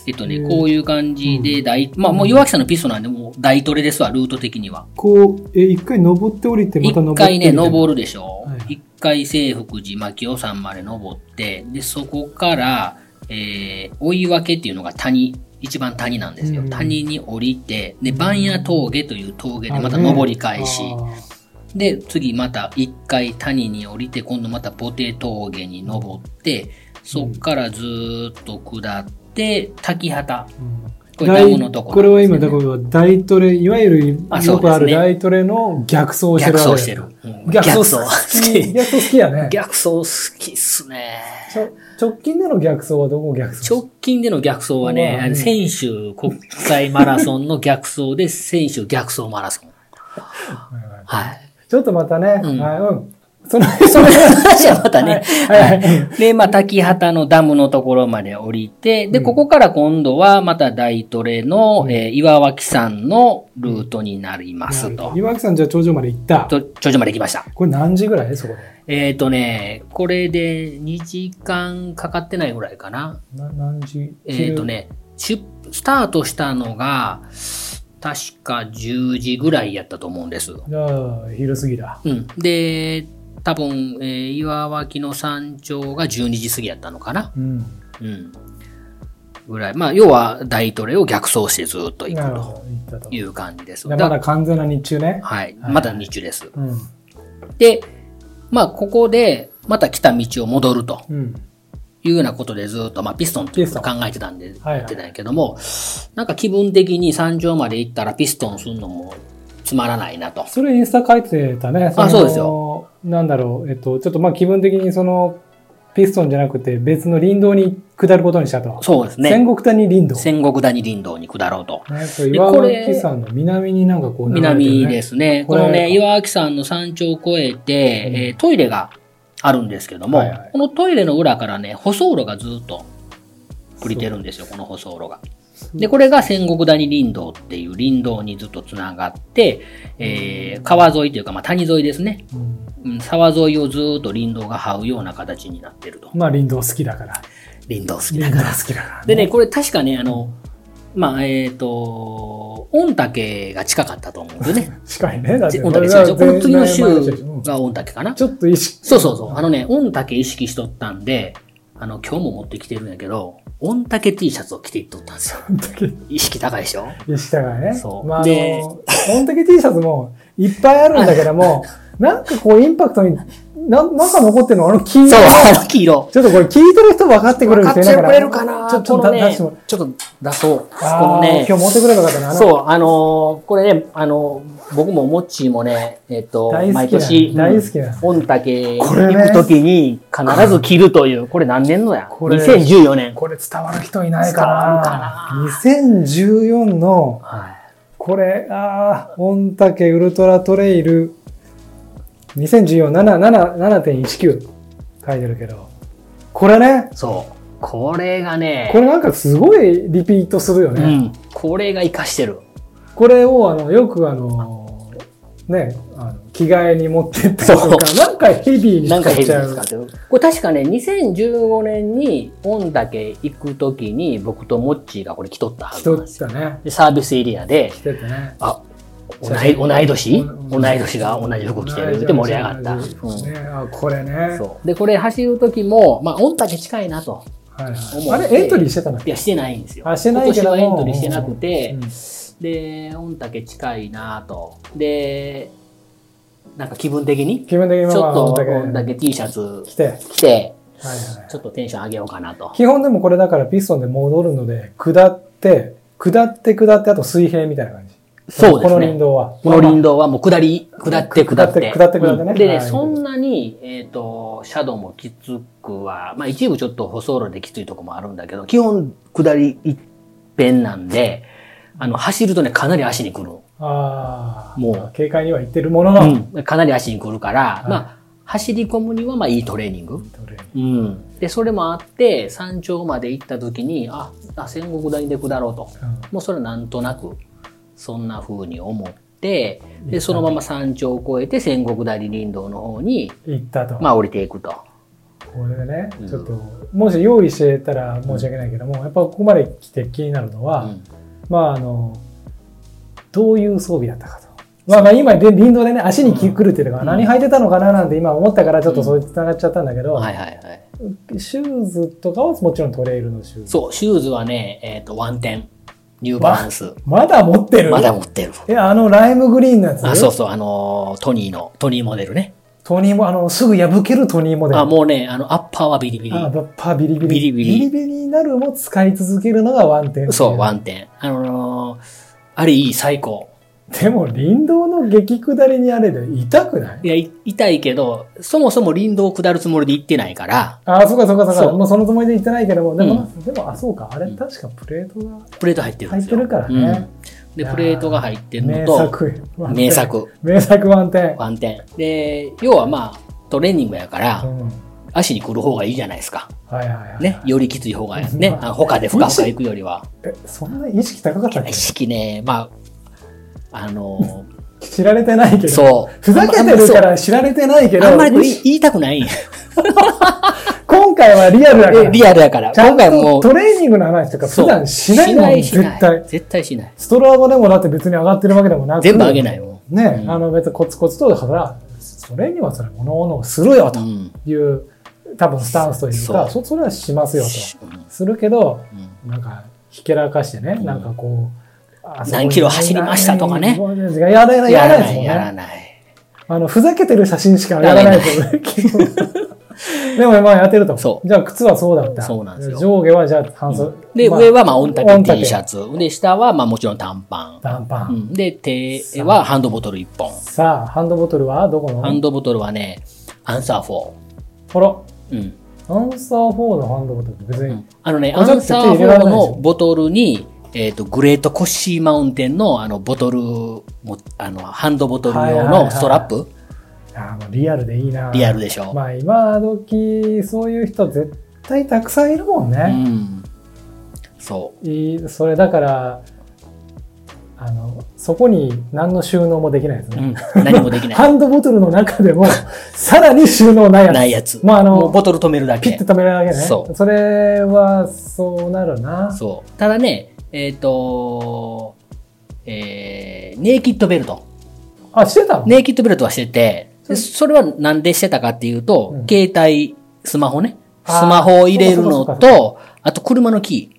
Speaker 2: えっと
Speaker 1: う
Speaker 2: ね、
Speaker 1: ん
Speaker 2: こういう感じで大、まあもう岩木さんのピストなんで、もう大トレですわ、ルート的には。
Speaker 1: こう、え、一回登って降りて、また登っ
Speaker 2: 一
Speaker 1: て。
Speaker 2: 回ね、登るでしょ
Speaker 1: はい。
Speaker 2: 一、回清福寺、牧尾山まで登って、で、そこから、えー、追い分けっていうのが谷、一番谷なんですよ。
Speaker 1: うん
Speaker 2: 谷に降りて、で、番屋峠という峠でまた
Speaker 1: あのね
Speaker 2: 登り返し、
Speaker 1: あ
Speaker 2: で、次また一回谷に降りて、今度またボテ峠に登って、そっからずーっと下って、滝畑。
Speaker 1: ーうん
Speaker 2: これダム
Speaker 1: 大
Speaker 2: のとこ、
Speaker 1: これは今、だから大トレ、いわゆる
Speaker 2: あ
Speaker 1: よくあ
Speaker 2: そう
Speaker 1: る
Speaker 2: ですね
Speaker 1: 大トレの逆走をしてる
Speaker 2: 逆
Speaker 1: わけ
Speaker 2: 走してる。うん
Speaker 1: 逆走
Speaker 2: 好
Speaker 1: 好き
Speaker 2: き。
Speaker 1: 逆走好きやね。
Speaker 2: 逆走好きっすね。
Speaker 1: ちょ直近での逆走はどこ逆走
Speaker 2: 直近での逆走は
Speaker 1: う
Speaker 2: ね、
Speaker 1: ん
Speaker 2: あの選手国際マラソンの逆走で、選手逆走マラソン。
Speaker 1: はいはい
Speaker 2: はい。
Speaker 1: ちょっとまたね、
Speaker 2: うん
Speaker 1: はい、うん。その、
Speaker 2: その話 はまたね。
Speaker 1: はいはい。
Speaker 2: で、まあ、滝畑のダムのところまで降りて、で、
Speaker 1: うん
Speaker 2: ここから今度はまた大トレの、
Speaker 1: うん
Speaker 2: えー岩脇山のルートになりますと。
Speaker 1: 岩木さん、じゃあ頂上まで行った。
Speaker 2: と、頂上まで来ました。
Speaker 1: これ何時ぐらいそこで。
Speaker 2: えっ、とね、これで2時間かかってないぐらいかな。
Speaker 1: な何時
Speaker 2: えっ、と。ね、出、スタートしたのが、確か10時ぐらいやったと思うんです。
Speaker 1: 昼じゃあ、昼過ぎだ。
Speaker 2: うん。で、多分、えー岩脇の山頂が12時過ぎやったのかな。
Speaker 1: うん。
Speaker 2: うん。ぐらい。まあ、要は大トレを逆走してずっと行
Speaker 1: な
Speaker 2: く
Speaker 1: るほ
Speaker 2: と
Speaker 1: ど。行ったと。
Speaker 2: い
Speaker 1: じ
Speaker 2: う感じです。
Speaker 1: ゃあ
Speaker 2: だ
Speaker 1: まだ完全な日中ね。
Speaker 2: はい。
Speaker 1: はい
Speaker 2: まだ日中です。
Speaker 1: うん。
Speaker 2: で、まあ、ここで、また来た道を戻ると
Speaker 1: うん。
Speaker 2: いうようなことでずっと、まあ、ピストンっていうことを
Speaker 1: ピス
Speaker 2: 考えてたんで、
Speaker 1: はいはい
Speaker 2: やってたんやけども、なんか気分的に山頂まで行ったらピストンするのもつまらないなと。
Speaker 1: それインスタ書いてたね。の
Speaker 2: そうですよ。
Speaker 1: なんだろう、えっと、ちょっとまあ気分的にその、ピストンじゃなくて別の林道に下ることにしたと。
Speaker 2: そうですね
Speaker 1: 戦。国谷林道。
Speaker 2: 戦国谷林道に下ろうと。
Speaker 1: ね、これ岩
Speaker 2: これ
Speaker 1: 脇山の南になんかこう流れてるね、
Speaker 2: 南ですね。
Speaker 1: こ
Speaker 2: こ
Speaker 1: れ
Speaker 2: のね、岩脇山の山頂を越えて、
Speaker 1: うん
Speaker 2: えートイレがあるんですけども、
Speaker 1: はいはい
Speaker 2: このトイレの裏からね、舗装路がずっと降りてるんですよ、この舗装路が。で、これが戦国谷林道っていう林道にずっとつながって、えー川沿いというか、まあ、谷沿いですね。
Speaker 1: うん
Speaker 2: うん沢沿いをずっと林道が這うような形になってると。
Speaker 1: まあ林道好きだから。
Speaker 2: 林道好きだ
Speaker 1: 林
Speaker 2: か
Speaker 1: 道
Speaker 2: ら。
Speaker 1: 好きだから、
Speaker 2: でね、、これ確かね、あの、まあ、えっ、と、御嶽が近かったと思うん ですよね。
Speaker 1: 近いね。だって
Speaker 2: 御嶽先生この次の週
Speaker 1: 全然前でしょうん
Speaker 2: が御嶽かな。
Speaker 1: ちょっと意識。
Speaker 2: そうそうそう。あのね、御嶽意識しとったんで、あの、今日も持ってきてるんやけど、御嶽 T シャツを着ていっとった んですよ。意識高いでしょ
Speaker 1: 意識だからね。
Speaker 2: そう
Speaker 1: まあ、あ
Speaker 2: で
Speaker 1: の、本的 T シャツもいっぱいあるんだけど も、なんかこうインパクトに、ななんか残ってるのあの黄
Speaker 2: そ
Speaker 1: 色
Speaker 2: う
Speaker 1: い。、
Speaker 2: 黄色。
Speaker 1: ちょっとこれ聞いてる人分かってくれる人いない
Speaker 2: 買
Speaker 1: か
Speaker 2: っ
Speaker 1: ら。
Speaker 2: てくれるかな
Speaker 1: ちょっと
Speaker 2: この
Speaker 1: 出し
Speaker 2: ね、
Speaker 1: て
Speaker 2: ち
Speaker 1: もら
Speaker 2: ょ
Speaker 1: う
Speaker 2: っと出そう。こ
Speaker 1: あー
Speaker 2: のね、
Speaker 1: 今日持ってくればよかったな。
Speaker 2: そう、あのーこれね、あのー僕もモッチーもね、えっと、
Speaker 1: 大好きな
Speaker 2: 毎年、
Speaker 1: 大好きな
Speaker 2: 御嶽
Speaker 1: これね
Speaker 2: 行くときに必ず着るという、これ何年のや
Speaker 1: これ
Speaker 2: ?2014 年。
Speaker 1: これ伝わる人いない
Speaker 2: 伝わ
Speaker 1: か
Speaker 2: るか
Speaker 1: な。2014の、
Speaker 2: はい。
Speaker 1: これ、ああ、御嶽ウルトラトレイル、2014-7.19書いてるけど、これね、
Speaker 2: そう。これがね、
Speaker 1: これなんかすごいリピートするよね。
Speaker 2: うん。これが活かしてる。
Speaker 1: これを、あの、よくあの、ね、あの着替えに持ってったりとか、
Speaker 2: そう
Speaker 1: なんかヘビーに
Speaker 2: なんか
Speaker 1: 使っ
Speaker 2: 変
Speaker 1: ちゃ
Speaker 2: で
Speaker 1: う。
Speaker 2: 使ってる。これ確かね、2015年に、御嶽行くときに、僕とモッチーがこれ着とったはずな
Speaker 1: 人
Speaker 2: んで
Speaker 1: っ
Speaker 2: す
Speaker 1: たね。
Speaker 2: で、サービスエリアで
Speaker 1: 着、てたね。
Speaker 2: あ、同
Speaker 1: そうそう
Speaker 2: い同い年
Speaker 1: うん
Speaker 2: 同い年が同じ服着てるって盛り上がった。う
Speaker 1: 同じ同じ
Speaker 2: ん
Speaker 1: ね、あこれね。
Speaker 2: そう。で、これ走るときも、まあ、御嶽近いなと。
Speaker 1: はいはい
Speaker 2: 思
Speaker 1: あ
Speaker 2: って
Speaker 1: れ、エントリーしてたの
Speaker 2: いや、してないんですよ。
Speaker 1: あしてないけども
Speaker 2: 今年はエントリーしてなくて、
Speaker 1: うん
Speaker 2: で、御嶽近いなと。で、なんか気分的に、
Speaker 1: 気分的に
Speaker 2: ちょ
Speaker 1: ま
Speaker 2: っ
Speaker 1: あ
Speaker 2: と
Speaker 1: 御
Speaker 2: 御
Speaker 1: 嶽
Speaker 2: 嶽 T シャツ
Speaker 1: 着て。はい
Speaker 2: 着て、
Speaker 1: はい
Speaker 2: ちょっとテンション上げようかなと。
Speaker 1: 基本でもこれだからピストンで戻るので、下って、下って下って、あと水平みたいな感じ。
Speaker 2: そうで
Speaker 1: こ
Speaker 2: す
Speaker 1: の林
Speaker 2: ね。
Speaker 1: 道は。
Speaker 2: この林道はもう下り、下って下っ
Speaker 1: 下
Speaker 2: て。
Speaker 1: って下ってね
Speaker 2: うんで
Speaker 1: は
Speaker 2: ね、
Speaker 1: い
Speaker 2: そんなに、えっと、シャドウもきつくは、まあ一部ちょっと舗装路できついとこもあるんだけど、基本下り一辺なんで、あの、走るとね、かなり足にくる。
Speaker 1: ああ。
Speaker 2: もう
Speaker 1: まあ警戒には行ってるものの、
Speaker 2: うん。かなり足にくるから、
Speaker 1: い
Speaker 2: まあ、走り込むにはまあいいトレーニング。
Speaker 1: どれ
Speaker 2: うん、でそれもあって山頂まで行った時にああ戦国谷で下ろうともうそれはなんとなくそんな風に思ってでそのまま山頂を越えて戦国谷林道の方に、
Speaker 1: うん行ったと。
Speaker 2: まあ、降りていくと
Speaker 1: これね
Speaker 2: う、ん
Speaker 1: ちょっと、もし用意してたら申し訳ないけども、やっぱここまで来て気になるのは、
Speaker 2: うん
Speaker 1: まああの、どういう装備だったかと。まあまあ今、で林道でね、足に来るっていうのが、
Speaker 2: うん
Speaker 1: 何履いてたのかななんて今思ったから、ちょっとそれ繋がっちゃったんだけど、
Speaker 2: はいはいはい
Speaker 1: シューズとかはもちろんトレイルのシューズ。
Speaker 2: そうシューズはねえっとワンテンニューバランス
Speaker 1: まだ持ってる
Speaker 2: まだ持ってる
Speaker 1: え、あのライムグリーンのやつ
Speaker 2: あそうそうあのートニーのトニーモデルね
Speaker 1: トニーも、あの、すぐ破けるトニーもで。
Speaker 2: あ、もうね、あの、アッパーはビリビ
Speaker 1: あ、
Speaker 2: リ。
Speaker 1: バッパービリビリ。
Speaker 2: ビリビリ
Speaker 1: ビリになるも使い続けるのがワンテン。
Speaker 2: そう、ワンテン。あのーあれいい、最高。
Speaker 1: でも、林道の激下りにあれで痛くない
Speaker 2: いや、い痛いけど、そもそも林道を下るつもりで行ってないから、
Speaker 1: あ、そうかそうかそうか。
Speaker 2: そう
Speaker 1: もうそのつもりで言ってないけども、でも、
Speaker 2: う
Speaker 1: でも、あ、そうか。あれ、確かプレートが
Speaker 2: プレート入ってるん
Speaker 1: 入っ
Speaker 2: です
Speaker 1: て
Speaker 2: よ。
Speaker 1: るからね。
Speaker 2: うんで、プレートが入ってるの
Speaker 1: 名
Speaker 2: と、
Speaker 1: 作。ワンテン
Speaker 2: 名。作、
Speaker 1: 名作ワンテン。
Speaker 2: ワンテン。で、要はまあ、トレーニングやから
Speaker 1: う、ん。
Speaker 2: 足に来る方がいいじゃないですか。
Speaker 1: はいはいはい。
Speaker 2: ね、よりきつい方がね、
Speaker 1: まあ
Speaker 2: あの他でふかふか行くよりは。
Speaker 1: え、そんな意識高かったっけ
Speaker 2: 意識ね、まあ、あの
Speaker 1: 知られてないけ
Speaker 2: ー、
Speaker 1: ど。
Speaker 2: そう。
Speaker 1: ふざけてるから知られてないけど、
Speaker 2: あんまりこれ言いたくない。
Speaker 1: 今回はリアルだから。
Speaker 2: リアルやから。
Speaker 1: ちゃん
Speaker 2: 今回も
Speaker 1: とト
Speaker 2: う、
Speaker 1: レーニングの話とか
Speaker 2: そう
Speaker 1: 普段しないもん、
Speaker 2: しない
Speaker 1: 絶対。
Speaker 2: 絶対しない。
Speaker 1: ストローボでもだって別に上がってるわけでもなく。
Speaker 2: 全部あげないも
Speaker 1: ね、
Speaker 2: うん
Speaker 1: あの別にコツコツと、だから、それにはそれ、物々をするよ
Speaker 2: ん。う
Speaker 1: と
Speaker 2: ん。
Speaker 1: いう、多分スタンスというか、
Speaker 2: そ
Speaker 1: そそれはしますよと。するけど、なんか、ひけらかしてね、
Speaker 2: うん
Speaker 1: なんかこう、あそこに
Speaker 2: 何キロ走りましたとかね
Speaker 1: やらない、やらないですもん
Speaker 2: や
Speaker 1: ね
Speaker 2: ら。ない。
Speaker 1: あの、ふざけてる写真しか上がらないですよね。基本 でも、まあ、やってると。
Speaker 2: そう
Speaker 1: じゃあ、靴はそうだった。
Speaker 2: そうなんです
Speaker 1: 上
Speaker 2: よ
Speaker 1: 下は、じゃあ、半袖。
Speaker 2: で、
Speaker 1: まあ
Speaker 2: 上はまあ、オンタ
Speaker 1: オン
Speaker 2: ケ
Speaker 1: タケ
Speaker 2: T シャツ。で、下はまあ、もちろん短パ
Speaker 1: 短パ
Speaker 2: ン。う
Speaker 1: ン。
Speaker 2: ん。で、手はハンドボトル1本。
Speaker 1: さあ、ハンドボトルはどこの
Speaker 2: ハンドボトルはね、アンサー
Speaker 1: ほら、
Speaker 2: 4。うん。
Speaker 1: アンサー4のハンドボトルって別
Speaker 2: う
Speaker 1: に
Speaker 2: ん、あのね、
Speaker 1: こ
Speaker 2: ア
Speaker 1: れだ
Speaker 2: ン
Speaker 1: って手
Speaker 2: サ
Speaker 1: 入
Speaker 2: ー
Speaker 1: れられない
Speaker 2: 4
Speaker 1: でしょ
Speaker 2: のボトルに、えっ、と、グレートコッシーマウンテンの、あの、ボトルも、あの、ハンドボトル
Speaker 1: はいは
Speaker 2: 用
Speaker 1: いはいは
Speaker 2: の
Speaker 1: い
Speaker 2: ストラップ、
Speaker 1: あのリアルでいいな。
Speaker 2: リアルでしょ。
Speaker 1: まあ、今時、そういう人絶対たくさんいるもん
Speaker 2: う
Speaker 1: ね。
Speaker 2: ん。そ
Speaker 1: いいそれだから、あの、そこに何の収納もできないです
Speaker 2: う。う
Speaker 1: ね。
Speaker 2: ん。何もできない。
Speaker 1: ハンドボトルの中で も、さらに収納ないやつ。
Speaker 2: ないやつ。
Speaker 1: まあ、あ
Speaker 2: もう
Speaker 1: の、
Speaker 2: ボトル止めるだ
Speaker 1: ピッ
Speaker 2: け
Speaker 1: て。止めるだけね。
Speaker 2: そう
Speaker 1: れは、そうなるな。
Speaker 2: そう。ただね、えっ、と、えー、ネイキッドベルト。
Speaker 1: あ、してたの、
Speaker 2: ネイキッドベルトはしてて、
Speaker 1: そう
Speaker 2: でそれはなんでしてたかっていうと、
Speaker 1: うん
Speaker 2: 携帯、スマホね。ス
Speaker 1: あー
Speaker 2: マホを入れるの
Speaker 1: そうかそうか
Speaker 2: と、あと車のキ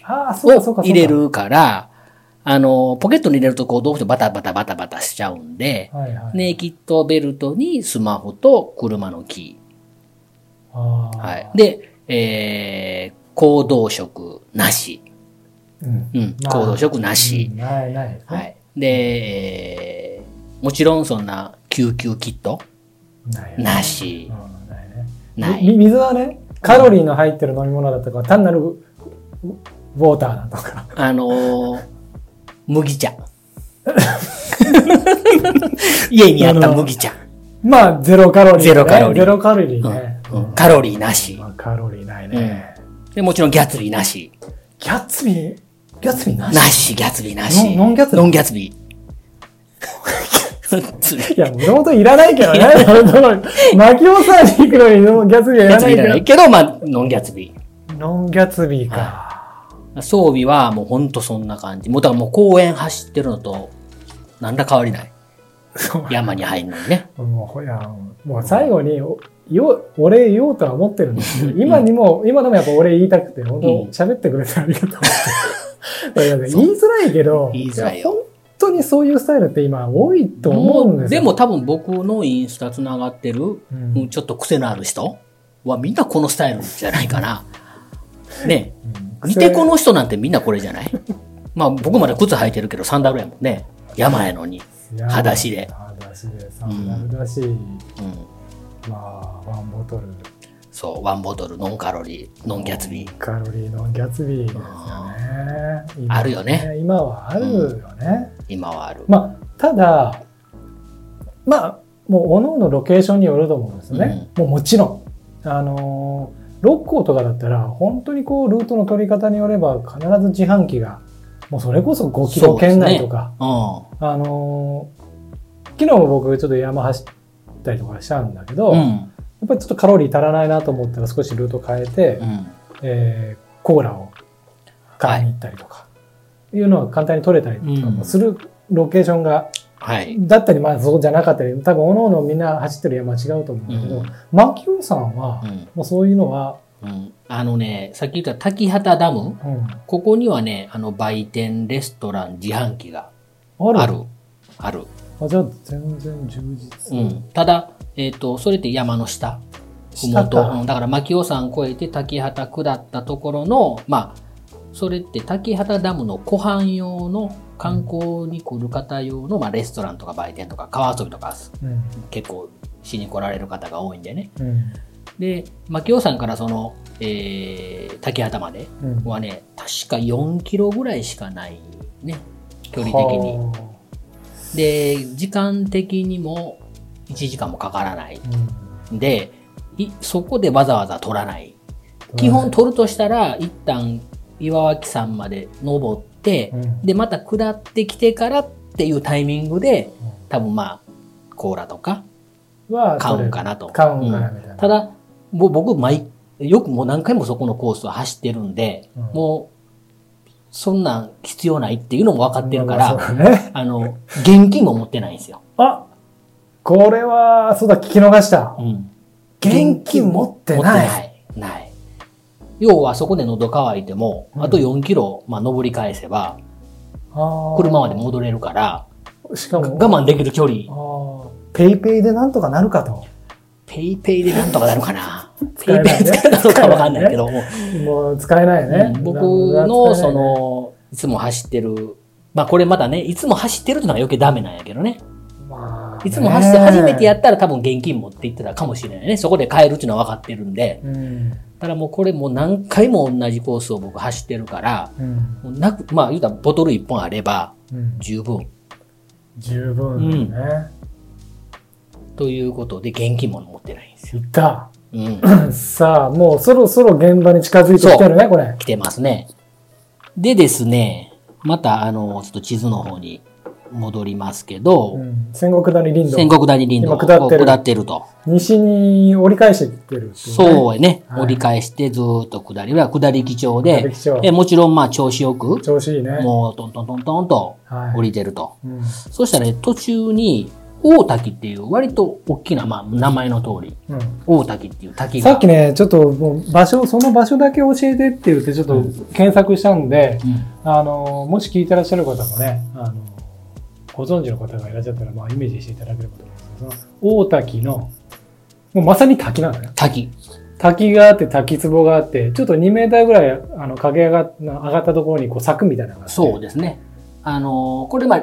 Speaker 2: ー。
Speaker 1: ああ、そうか、そう
Speaker 2: を
Speaker 1: か。
Speaker 2: 入れ。るから、あの、ポケットに入れるとこうどうしてもバタバタバタバタしちゃうんで、
Speaker 1: はいはい。
Speaker 2: ネイキッドベルトにスマホと車のキ
Speaker 1: あ
Speaker 2: ー。
Speaker 1: あ
Speaker 2: はい。で、えー、行動食なし。
Speaker 1: うん
Speaker 2: うん、
Speaker 1: まあ
Speaker 2: 行動食なし
Speaker 1: う。んない、ないですね。
Speaker 2: はい。で、えー、もちろんそんな救急キット
Speaker 1: ないよね
Speaker 2: なし。
Speaker 1: うんないね
Speaker 2: な
Speaker 1: み
Speaker 2: い。
Speaker 1: 水はね、カロリーの入ってる飲み物だとか、単なるウウウォーターだとか。
Speaker 2: あのー、麦茶。家にあった麦茶。
Speaker 1: まあ、ゼロカロリー、ね。
Speaker 2: ゼロカロリ
Speaker 1: ゼ
Speaker 2: ー
Speaker 1: ロカロリーね。
Speaker 2: うんうんカロリーなし
Speaker 1: ま。あカロリーないね。
Speaker 2: で、もちろんギャツビーなし。
Speaker 1: ギャッツビー、ギャッツビーなし。
Speaker 2: なし、ギャツビーなし。
Speaker 1: ノンノンギャツビー
Speaker 2: ノンギャツビー。
Speaker 1: いや、もともといらないけどね。 マキオさんに行くのにノンギャツビー
Speaker 2: ギ
Speaker 1: はい
Speaker 2: ャ
Speaker 1: ら
Speaker 2: ツ
Speaker 1: な
Speaker 2: ビー
Speaker 1: い
Speaker 2: じゃな
Speaker 1: け
Speaker 2: いけど、まあ、ノンギャツビ
Speaker 1: ど。ノンギャツビーか。
Speaker 2: ー。装備はもうほんとそんな感じ。もうだからもう公園走ってるのと、なんら変わりない。
Speaker 1: そう
Speaker 2: 山に入るのにね。
Speaker 1: もうほいや、もう最後に、およ、お礼言おうとは思ってるんですけど、今にも、今でもやっぱお礼言いたくて、本当
Speaker 2: うん
Speaker 1: 喋ってくれてあり がとうって。いやいや言いづらいけど、
Speaker 2: 言いづらいよ
Speaker 1: や本当にそういうスタイルって今多いと思うん
Speaker 2: も
Speaker 1: で
Speaker 2: う、
Speaker 1: すよ。
Speaker 2: でも多分僕のインスタ繋がってる、
Speaker 1: うん、
Speaker 2: うんちょっと癖のある人はみんなこのスタイルじゃないかな。ね。
Speaker 1: うん
Speaker 2: 見てこの人なんてみんなこれじ ゃないまあ僕まで靴履いてるけどサンダルやもんね。山やのに。
Speaker 1: いや
Speaker 2: 裸足で
Speaker 1: 裸足で、サンダルだし、
Speaker 2: うん。
Speaker 1: まあ、ワンボトル、
Speaker 2: そう、ワンボトル、ノンカロリー、ノンギャツビー。
Speaker 1: カロリーのギャツビーですよね。今
Speaker 2: あるよね。
Speaker 1: 今はあるよね。
Speaker 2: 今はある。
Speaker 1: まあ、ただ、まあ、もう、おののロケーションによると思うんですよね。もうもちろん。あのー、六甲とかだったら、本当にこう、ルートの取り方によれば、必ず自販機が、もうそれこそ5キロ圏内とか、あのー、昨日も僕、ちょっと山走ったりとかしたんだけど、
Speaker 2: う
Speaker 1: や
Speaker 2: ん。
Speaker 1: っぱりちょっとカロリー足らないなと思ったら、少しルート変えて、
Speaker 2: うん。
Speaker 1: えーコーラを買いに行ったりとか、い、うのは簡単に取れたりとかもするロケーションが、
Speaker 2: はい。
Speaker 1: だったり、まあそうじゃなかったり、多分各々みんな走ってる山は違うと思うんだけど、
Speaker 2: うん
Speaker 1: マキオさんは、
Speaker 2: うん。
Speaker 1: もうそういうのは、
Speaker 2: うん。あのね、さっき言った滝畑ダム。
Speaker 1: うん、
Speaker 2: ここにはね、あの、売店、レストラン、自販機が
Speaker 1: ある
Speaker 2: ある。ある。
Speaker 1: あじゃあ全然充実。
Speaker 2: うん。ただ、えっ、と、それって山の下。ふ
Speaker 1: 下か
Speaker 2: うんだから、牧尾山越えて滝畑下ったところの、まあ、それって滝畑ダムの湖畔用の観光に来る方用の、まあ、レストランとか売店とか川遊びとか
Speaker 1: うん。
Speaker 2: 結構しに来られる方が多いんでね。
Speaker 1: うん。
Speaker 2: で、牧尾山からその、えー滝畑まで
Speaker 1: うん。
Speaker 2: はね、確か4キロぐらいしかないね、距離的に。
Speaker 1: は
Speaker 2: で、時間的にも1時間もかからない。
Speaker 1: あ。うん
Speaker 2: で、いそこでわざわざ取らない。基本、取るとしたら、一旦岩脇山まで登って
Speaker 1: う、ん
Speaker 2: で、また下ってきてからっていうタイミングで、多分まあ、コーラとか
Speaker 1: は
Speaker 2: 買うんかなと。
Speaker 1: 買うんかなみたいな。
Speaker 2: うんただ、もう僕毎、よくもう何回もそこのコースを走ってるんで、
Speaker 1: うん
Speaker 2: もう、そんなん必要ないっていうのも分かってるか
Speaker 1: うん
Speaker 2: ら、
Speaker 1: そうだね。
Speaker 2: あの、現金も持ってないんですよ。
Speaker 1: あこれは、そうだ、聞き逃した。
Speaker 2: うん
Speaker 1: 現金持ってない。
Speaker 2: 持ってない。ない。要はそこで喉乾いても、
Speaker 1: うん
Speaker 2: あと4キロ、まあ、登り返せば、
Speaker 1: あー
Speaker 2: 車まで戻れるから、
Speaker 1: しか
Speaker 2: 我
Speaker 1: も、
Speaker 2: 慢できる距離、
Speaker 1: あーペイペイでなんとかなるかと。
Speaker 2: ペイペイでなんとかなるかな。
Speaker 1: 使
Speaker 2: ペ
Speaker 1: え
Speaker 2: イ
Speaker 1: な
Speaker 2: ペ
Speaker 1: いね
Speaker 2: イ 使えるかどうかわかんないけど、も
Speaker 1: もう使えないよね。
Speaker 2: うん僕
Speaker 1: なん
Speaker 2: の、
Speaker 1: か使
Speaker 2: そ
Speaker 1: えないね、
Speaker 2: の、いつも走ってる、まあこれまだね、いつも走ってるとのが余計ダメなんやけどね。
Speaker 1: まあ
Speaker 2: いつも走って初めてやったら多分現金持って行ってたかもしれないね。そこで買えるっていうのは分かってるんで。
Speaker 1: うん。
Speaker 2: ただもうこれもう何回も同じコースを僕走ってるから、
Speaker 1: うん。
Speaker 2: もうなく、まあ言うたらボトル1本あれば
Speaker 1: うん。
Speaker 2: 十分。
Speaker 1: 十分だね。
Speaker 2: ということで現金も持ってないんですよ。
Speaker 1: いた。
Speaker 2: うん。
Speaker 1: さあ、もうそろそろ現場に近づいてきてるね、これ。
Speaker 2: 来てますね。でですね、またあの、ちょっと地図の方に戻りますけど、
Speaker 1: うん戦国谷林
Speaker 2: 戦
Speaker 1: 道。
Speaker 2: 国谷林道を
Speaker 1: 今下ってる
Speaker 2: 下ってると。
Speaker 1: 西に折り返していってるってい
Speaker 2: そうやね。
Speaker 1: はい
Speaker 2: 折り返してずーっと下りは下り基調
Speaker 1: うね。
Speaker 2: で
Speaker 1: 歴、史上
Speaker 2: えもちろんまあ調子よく、
Speaker 1: 調子いいね。
Speaker 2: もうトントントントンと
Speaker 1: はい
Speaker 2: 降りてると。
Speaker 1: うん
Speaker 2: そしたらね、途中に大滝っていう割と大きな、まあ名前の通り、
Speaker 1: うん
Speaker 2: 大滝っていう滝が。
Speaker 1: さっきね、ちょっともう場所、その場所だけ教えてって言って、ちょっと検索したんで、
Speaker 2: うん
Speaker 1: あの、もし聞いてらっしゃる方もね、あの、ご存知の方がいらっしゃったら、まあ、イメージしていただければと思いますけど、その大滝の、もうまさに滝なんだね。
Speaker 2: 滝。
Speaker 1: 滝があって、滝壺があって、ちょっと2メーターぐらい、あの、駆け上がっ上がったところに、こう、柵みたいなのがあって
Speaker 2: そうですね。あのーこれまあ、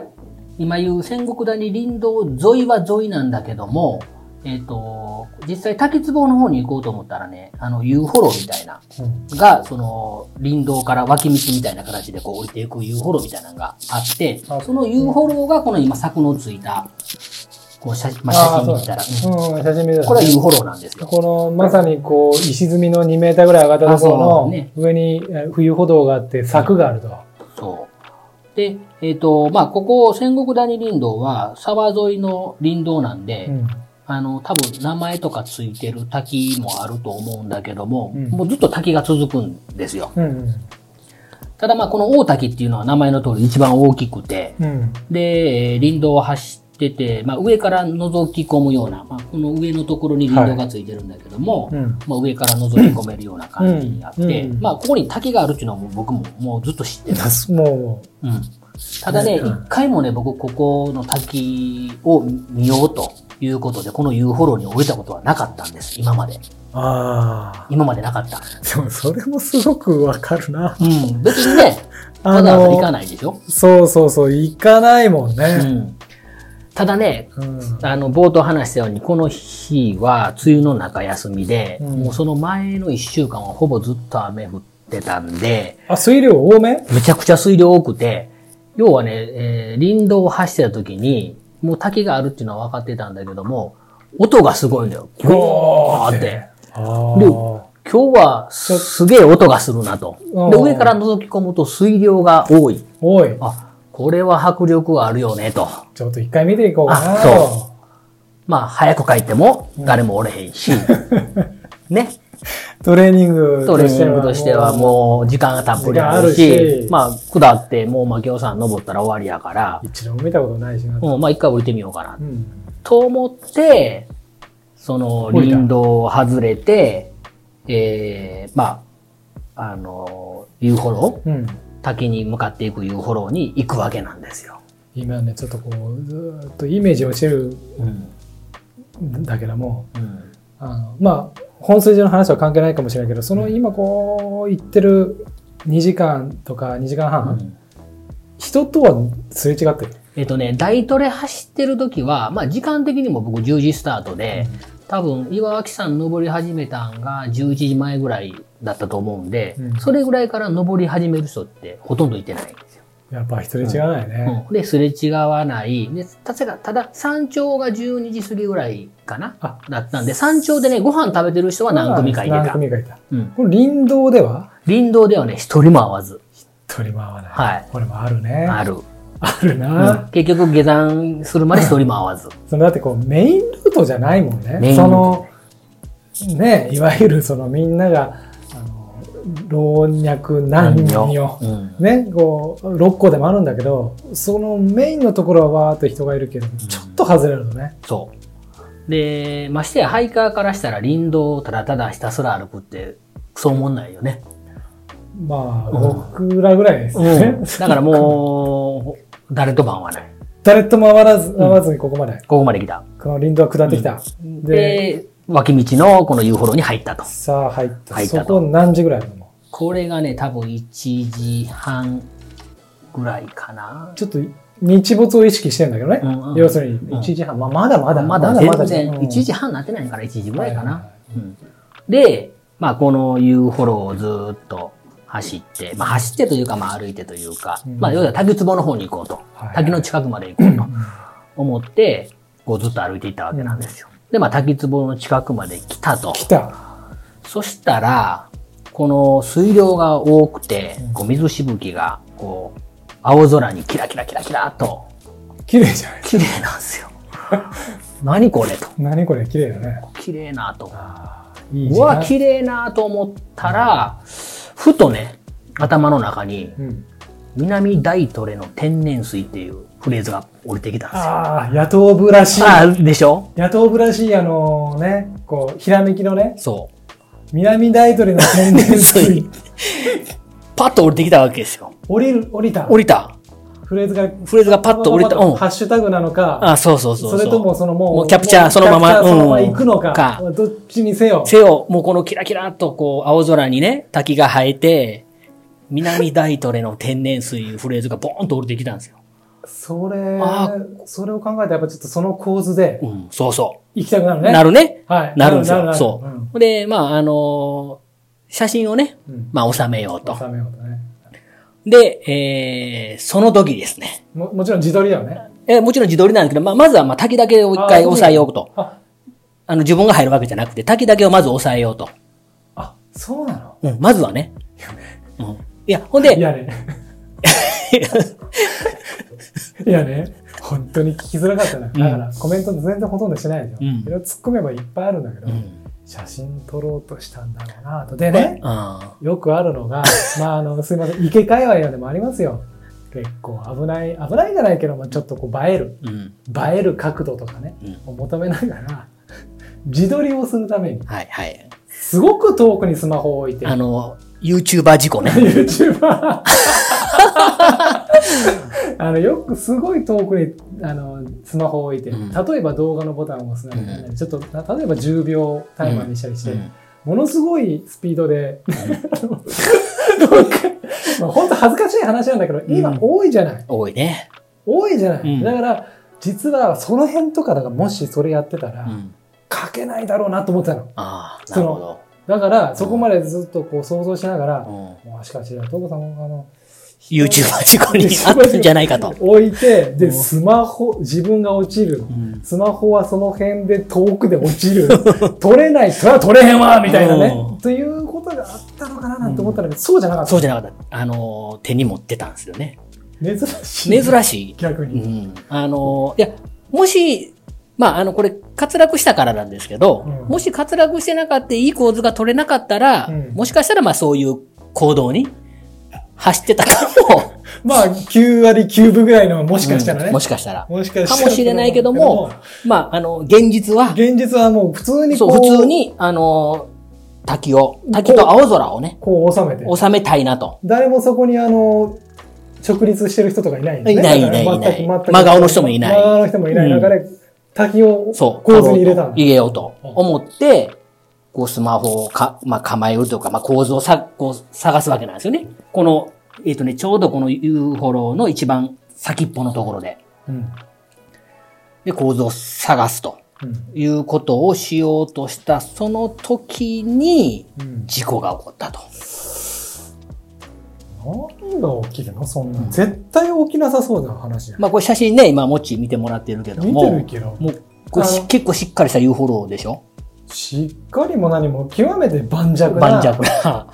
Speaker 2: 今言う戦国谷林道沿いは沿いなんだけども、えっ、と、実際滝壺の方に行こうと思ったらね、あの、U フォローみたいな、
Speaker 1: うん
Speaker 2: が、その、林道から脇道みたいな形でこう降りていく遊歩路みたいなのがあって、
Speaker 1: あ
Speaker 2: その遊歩路がこの今柵のついた、こう写,、ま
Speaker 1: あ
Speaker 2: あ、
Speaker 1: ー
Speaker 2: 写真見たら、うん
Speaker 1: うん、写真見てた。
Speaker 2: これは遊歩路なんですよ。
Speaker 1: この、まさにこう、石積みの2メーターぐらい上がったところ
Speaker 2: あそ
Speaker 1: の
Speaker 2: うね、
Speaker 1: 上にえ冬歩道があって、柵があると。
Speaker 2: そう。で、えっ、と、まあ、ここ、戦国谷林道は沢沿いの林道なんで、
Speaker 1: うん
Speaker 2: あの、多分名前とかついてる滝もあると思うんだけども、
Speaker 1: うん
Speaker 2: もうずっと滝が続くんですよ。
Speaker 1: うん。
Speaker 2: ただまあ、この大滝っていうのは名前の通り一番大きくて、
Speaker 1: うん。
Speaker 2: で、えー林道を走ってて、まあ、上から覗き込むような、まあ、この上のところに林道がついてるんだけども、
Speaker 1: うん。
Speaker 2: まあ、上から覗き込めるような感じになって、
Speaker 1: うんうん
Speaker 2: まあ、ここに滝があるっていうのはもう僕ももうずっと知ってる。
Speaker 1: も
Speaker 2: うん、ただね、一、
Speaker 1: うん
Speaker 2: 回もね、僕、ここの滝を見ようということで、この遊歩路に降りたことはなかったんです、今まで。
Speaker 1: う、あ
Speaker 2: 今までなかった。
Speaker 1: あ。でも、それもすごくわかる な。
Speaker 2: うん、別にね、
Speaker 1: あ
Speaker 2: ただ行か
Speaker 1: の、
Speaker 2: ないでしょ。
Speaker 1: そうそうそう、行かないもん
Speaker 2: う
Speaker 1: ね。
Speaker 2: ん、ただね、
Speaker 1: うん。
Speaker 2: あの冒頭話したようにこの日は梅雨の中休みで、
Speaker 1: うん
Speaker 2: もうその前の1週間はほぼずっと雨降ってたんで
Speaker 1: あ、水量多め
Speaker 2: めちゃくちゃ水量多くて要はね、えー林道を走ってた時にもう滝があるっていうのは分かってたんだけども音がすごいのよ。ゴーって。。
Speaker 1: ああ。
Speaker 2: で今日はすげえ音がするなと。で
Speaker 1: うん
Speaker 2: 上から覗き込むと水量が多い。
Speaker 1: おい、
Speaker 2: あこれは迫力があるよねと。
Speaker 1: ちょっと一回見ていこうかな。
Speaker 2: あそまあ早く帰っても誰もおれへ んし。ね。
Speaker 1: トレーニング
Speaker 2: トレーニングとしては
Speaker 1: う。
Speaker 2: もう時間がたっぷりある
Speaker 1: 時間ある
Speaker 2: し、
Speaker 1: し
Speaker 2: まあ下ってもう牧雄山登ったら終わりやから、
Speaker 1: 一度も見たことないしな。
Speaker 2: うん、まあ一回降りてみようかな
Speaker 1: うん。
Speaker 2: と思って、その
Speaker 1: 降りた
Speaker 2: 林道を外れて、えー、まあ、あの、遊歩路、
Speaker 1: うん。
Speaker 2: 滝に向かっていく遊歩路に行くわけなんですよ。
Speaker 1: 今ね、ちょっとこう、ずーっとイメージをしてる
Speaker 2: うん。
Speaker 1: だけども、
Speaker 2: うん
Speaker 1: あのまあ、本筋の話は関係ないかもしれないけど、その今こう言ってる2時間とか2時間半、
Speaker 2: うん
Speaker 1: 人とはすれ違ってる。
Speaker 2: えっとね、大トレ走ってる時は、まあ時間的にも僕10時スタートで、多分岩脇山登り始めたんが11時前ぐらいだったと思うんで、
Speaker 1: うん
Speaker 2: それぐらいから登り始める人ってほとんどいてないんですよ。
Speaker 1: やっぱ人に違わないね。
Speaker 2: うん、で、すれ違わない。で、ただ、ただ山頂が12時過ぎぐらいかな
Speaker 1: あ
Speaker 2: だったんで、山頂でね、ご飯食べてる人は何組かいて
Speaker 1: 何
Speaker 2: た。
Speaker 1: 組かいた。
Speaker 2: うん。
Speaker 1: この林道では
Speaker 2: 林道ではね、一人も会わず、
Speaker 1: 取り回わない。
Speaker 2: はい
Speaker 1: これもあるね。
Speaker 2: ある。
Speaker 1: ある
Speaker 2: うん
Speaker 1: な、
Speaker 2: 結局下山するまで一人も会わず。
Speaker 1: そのだってこうメインルートじゃないもん
Speaker 2: メイ
Speaker 1: ね。
Speaker 2: ン
Speaker 1: その、ね、いわゆるそのみんなが、あの老若男女。
Speaker 2: うん。
Speaker 1: ね、こう6個でもあるんだけどそのメインのところはわーっと人がいるけどちょっと外れるのね、
Speaker 2: そう。で、ましてやハイカーからしたら林道をただただひたすら歩くって、そう思んないよね。
Speaker 1: まあ
Speaker 2: うん
Speaker 1: 僕らぐらいですよね、
Speaker 2: だからもう、誰とも会わない。
Speaker 1: 誰とも会わず会わずにここまで、
Speaker 2: ここまで来た。
Speaker 1: この林道は下ってきた、で
Speaker 2: で、脇道のこの遊歩路に入ったと。
Speaker 1: さあ入った
Speaker 2: 入った
Speaker 1: そこ
Speaker 2: と
Speaker 1: 何時ぐらいだと思う
Speaker 2: これがね、多分1時半ぐらいかな。
Speaker 1: ちょっと日没を意識してんだけどね、
Speaker 2: うんうん
Speaker 1: 要するに1時半、まあ、まだまだ
Speaker 2: まだ全然、
Speaker 1: うん
Speaker 2: 1時半なってないから1時ぐらいか
Speaker 1: はいはい
Speaker 2: な。うんで、まあこの遊歩路をずーっと走って、まあ走ってというかまあ歩いてというか、
Speaker 1: うん
Speaker 2: まあ要は滝壺の方に行こうと
Speaker 1: はいは。い
Speaker 2: 滝の近くまで行こうと思って、こうずっと歩いていったわけなんですよ。で、まあ滝壺の近くまで来たと。
Speaker 1: 来た
Speaker 2: そしたら、この水量が多くて、こう水しぶきが、こう、青空にキラキラキラキラっと、
Speaker 1: 綺麗じゃない
Speaker 2: 綺麗なんですよ。 何これと。
Speaker 1: 何これ綺麗だね
Speaker 2: 綺麗なと。
Speaker 1: いいうじゃ
Speaker 2: わ、
Speaker 1: ん
Speaker 2: 綺麗なと思ったら、ふとね、頭の中に、
Speaker 1: うん、
Speaker 2: 南大トレの天然水っていうフレーズが降りてきたんですよ。
Speaker 1: ああ野党部らしい
Speaker 2: ああ、でしょ
Speaker 1: 野党部らしいあのねこうひらめきのね
Speaker 2: そう。
Speaker 1: 南大鳥の天然
Speaker 2: 水
Speaker 1: 水
Speaker 2: パッと降りてきたわけですよ。
Speaker 1: 降りる降りた
Speaker 2: 降りた。
Speaker 1: フレーズが
Speaker 2: フレーズがパッと降りた。うん。
Speaker 1: ハッシュタグなのか
Speaker 2: ああ、そうそうそう。
Speaker 1: そうれともそのもう
Speaker 2: もうキャプチャーそのまま
Speaker 1: キャプチャーそのまま
Speaker 2: うん
Speaker 1: 行くのか,、
Speaker 2: か
Speaker 1: どっちにせよ
Speaker 2: せよ、もうこのキラキラっとこう、青空にね、滝が生えて、南大トレの天然水いうフレーズがボーンと降りてきたんですよ。
Speaker 1: それ
Speaker 2: あ
Speaker 1: それを考えたらやっぱちょっとその構図で
Speaker 2: うん、そうそ
Speaker 1: 行きたくなる
Speaker 2: う。
Speaker 1: ね
Speaker 2: なるね。
Speaker 1: はい
Speaker 2: なるんですよ。
Speaker 1: る
Speaker 2: そう。ほんで、まあ、あのー写真をね、
Speaker 1: うんうん
Speaker 2: まあ、収めようと。
Speaker 1: 収めようとね
Speaker 2: で、えー、その時ですね。
Speaker 1: ももちろん自撮りだよね
Speaker 2: えーもちろん自撮りなんですけど、まあ、まずは、まあ、滝だけを一回
Speaker 1: あー
Speaker 2: 押さえようと。
Speaker 1: あ
Speaker 2: あの、自分が入るわけじゃなくて、滝だけをまず押さえようと。
Speaker 1: あそうなの
Speaker 2: うん、まずはね。うん。いや、ほんで
Speaker 1: い、や ねいやね本当に聞きづらかったなだからコメント全然ほとんどしてないでしょ
Speaker 2: うん
Speaker 1: いろいろ突っ込めばいっぱいあるんだけど、
Speaker 2: うん。
Speaker 1: 写真撮ろうとしたんだろうなとでね
Speaker 2: あ
Speaker 1: よくある のがまああのすいません池界隈でもありますよ結構危ない危ないじゃないけどもちょっとこう映える
Speaker 2: ーうん。
Speaker 1: 映える角度とかね、
Speaker 2: う
Speaker 1: を求めながら自撮りをするために
Speaker 2: はい、はい。
Speaker 1: すごく遠くにスマホを置いて
Speaker 2: あの、YouTuber 事故ね。
Speaker 1: YouTuber あのよくすごい遠くにあのスマホを置いて、
Speaker 2: うん
Speaker 1: 例えば動画のボタンを押すなりなんなりちょっと例えば10秒タイマーにしたりして、
Speaker 2: うん
Speaker 1: ものすごいスピードで、 なんかまあ本当恥ずかしい話なんだけど、
Speaker 2: うん
Speaker 1: 今多いじゃない。
Speaker 2: 多いね。
Speaker 1: 多いじゃない。
Speaker 2: うん
Speaker 1: だから、実はその辺とかだから、もしそれやってた
Speaker 2: う
Speaker 1: ら、
Speaker 2: ん。
Speaker 1: 書けないだろうなと思ってたの。
Speaker 2: ああ、なるほ
Speaker 1: だから、そこまでずっとこう想像しながら、
Speaker 2: ど。
Speaker 1: もしかして、トコさんもあの、
Speaker 2: うん。YouTuber 事故にあったんじゃないかと。
Speaker 1: 置いて、
Speaker 2: う
Speaker 1: で、
Speaker 2: ん
Speaker 1: スマホ、自分が落ちる。
Speaker 2: うん。
Speaker 1: スマホはその辺で遠くで落ち る。取れない、それは取れへんわみたいな
Speaker 2: う
Speaker 1: ね。ということがあったのかななんて思ったんだけど、そうじゃなかっ
Speaker 2: そ
Speaker 1: た。
Speaker 2: うじゃなかった。あの、手に持ってたんですよね。
Speaker 1: 珍しい。
Speaker 2: 珍し
Speaker 1: 逆
Speaker 2: い。
Speaker 1: に。
Speaker 2: うん。あの、いや、もし、まあ、あの、これ、滑落したからなんですけど、
Speaker 1: うん
Speaker 2: もし滑落してなかった、いい構図が取れなかったら、
Speaker 1: うん
Speaker 2: もしかしたら、まあ、そういう行動に走ってたか も。
Speaker 1: まあ、9割9分ぐらいのもしかしたら
Speaker 2: う
Speaker 1: ね。
Speaker 2: んもしかしたら。
Speaker 1: もしか
Speaker 2: かもしれないけども、まあ、あの、現実は、
Speaker 1: 現実はもう普通にこ、
Speaker 2: そうう、普通に、あのー滝を、滝と青空をね、
Speaker 1: こう収めて。
Speaker 2: 収めたいなと。
Speaker 1: 誰もそこにあの、直立してる人とかいないんですね。
Speaker 2: いない
Speaker 1: だから
Speaker 2: いないいない
Speaker 1: 全く全く
Speaker 2: 真顔の人もいない
Speaker 1: 真顔の人もいない中で、滝を
Speaker 2: そう。
Speaker 1: 構図に入れたんだ。
Speaker 2: 入れようと
Speaker 1: うん
Speaker 2: 思って、こうスマホをか、まあ、構えるというか、まあ、構図をさ、こう探すわけなんですよね。この、えっ、とね、ちょうどこのユーフォローの一番先っぽのところで、
Speaker 1: うん。
Speaker 2: で、構図を探すと
Speaker 1: うん。
Speaker 2: いうことをしようとした、その時に、
Speaker 1: うん。
Speaker 2: 事故が起こったと。
Speaker 1: 何が起きるのそんな。絶対起きなさそうな話じゃん。
Speaker 2: まあ、これ写真ね、今、もっちー見てもらってるけど
Speaker 1: 見てる
Speaker 2: も、
Speaker 1: けど、
Speaker 2: もう、これ
Speaker 1: あ
Speaker 2: し
Speaker 1: の
Speaker 2: 結構しっかりしたユーフォローでしょ
Speaker 1: しっかりも何も極めて盤石な。
Speaker 2: 盤石な、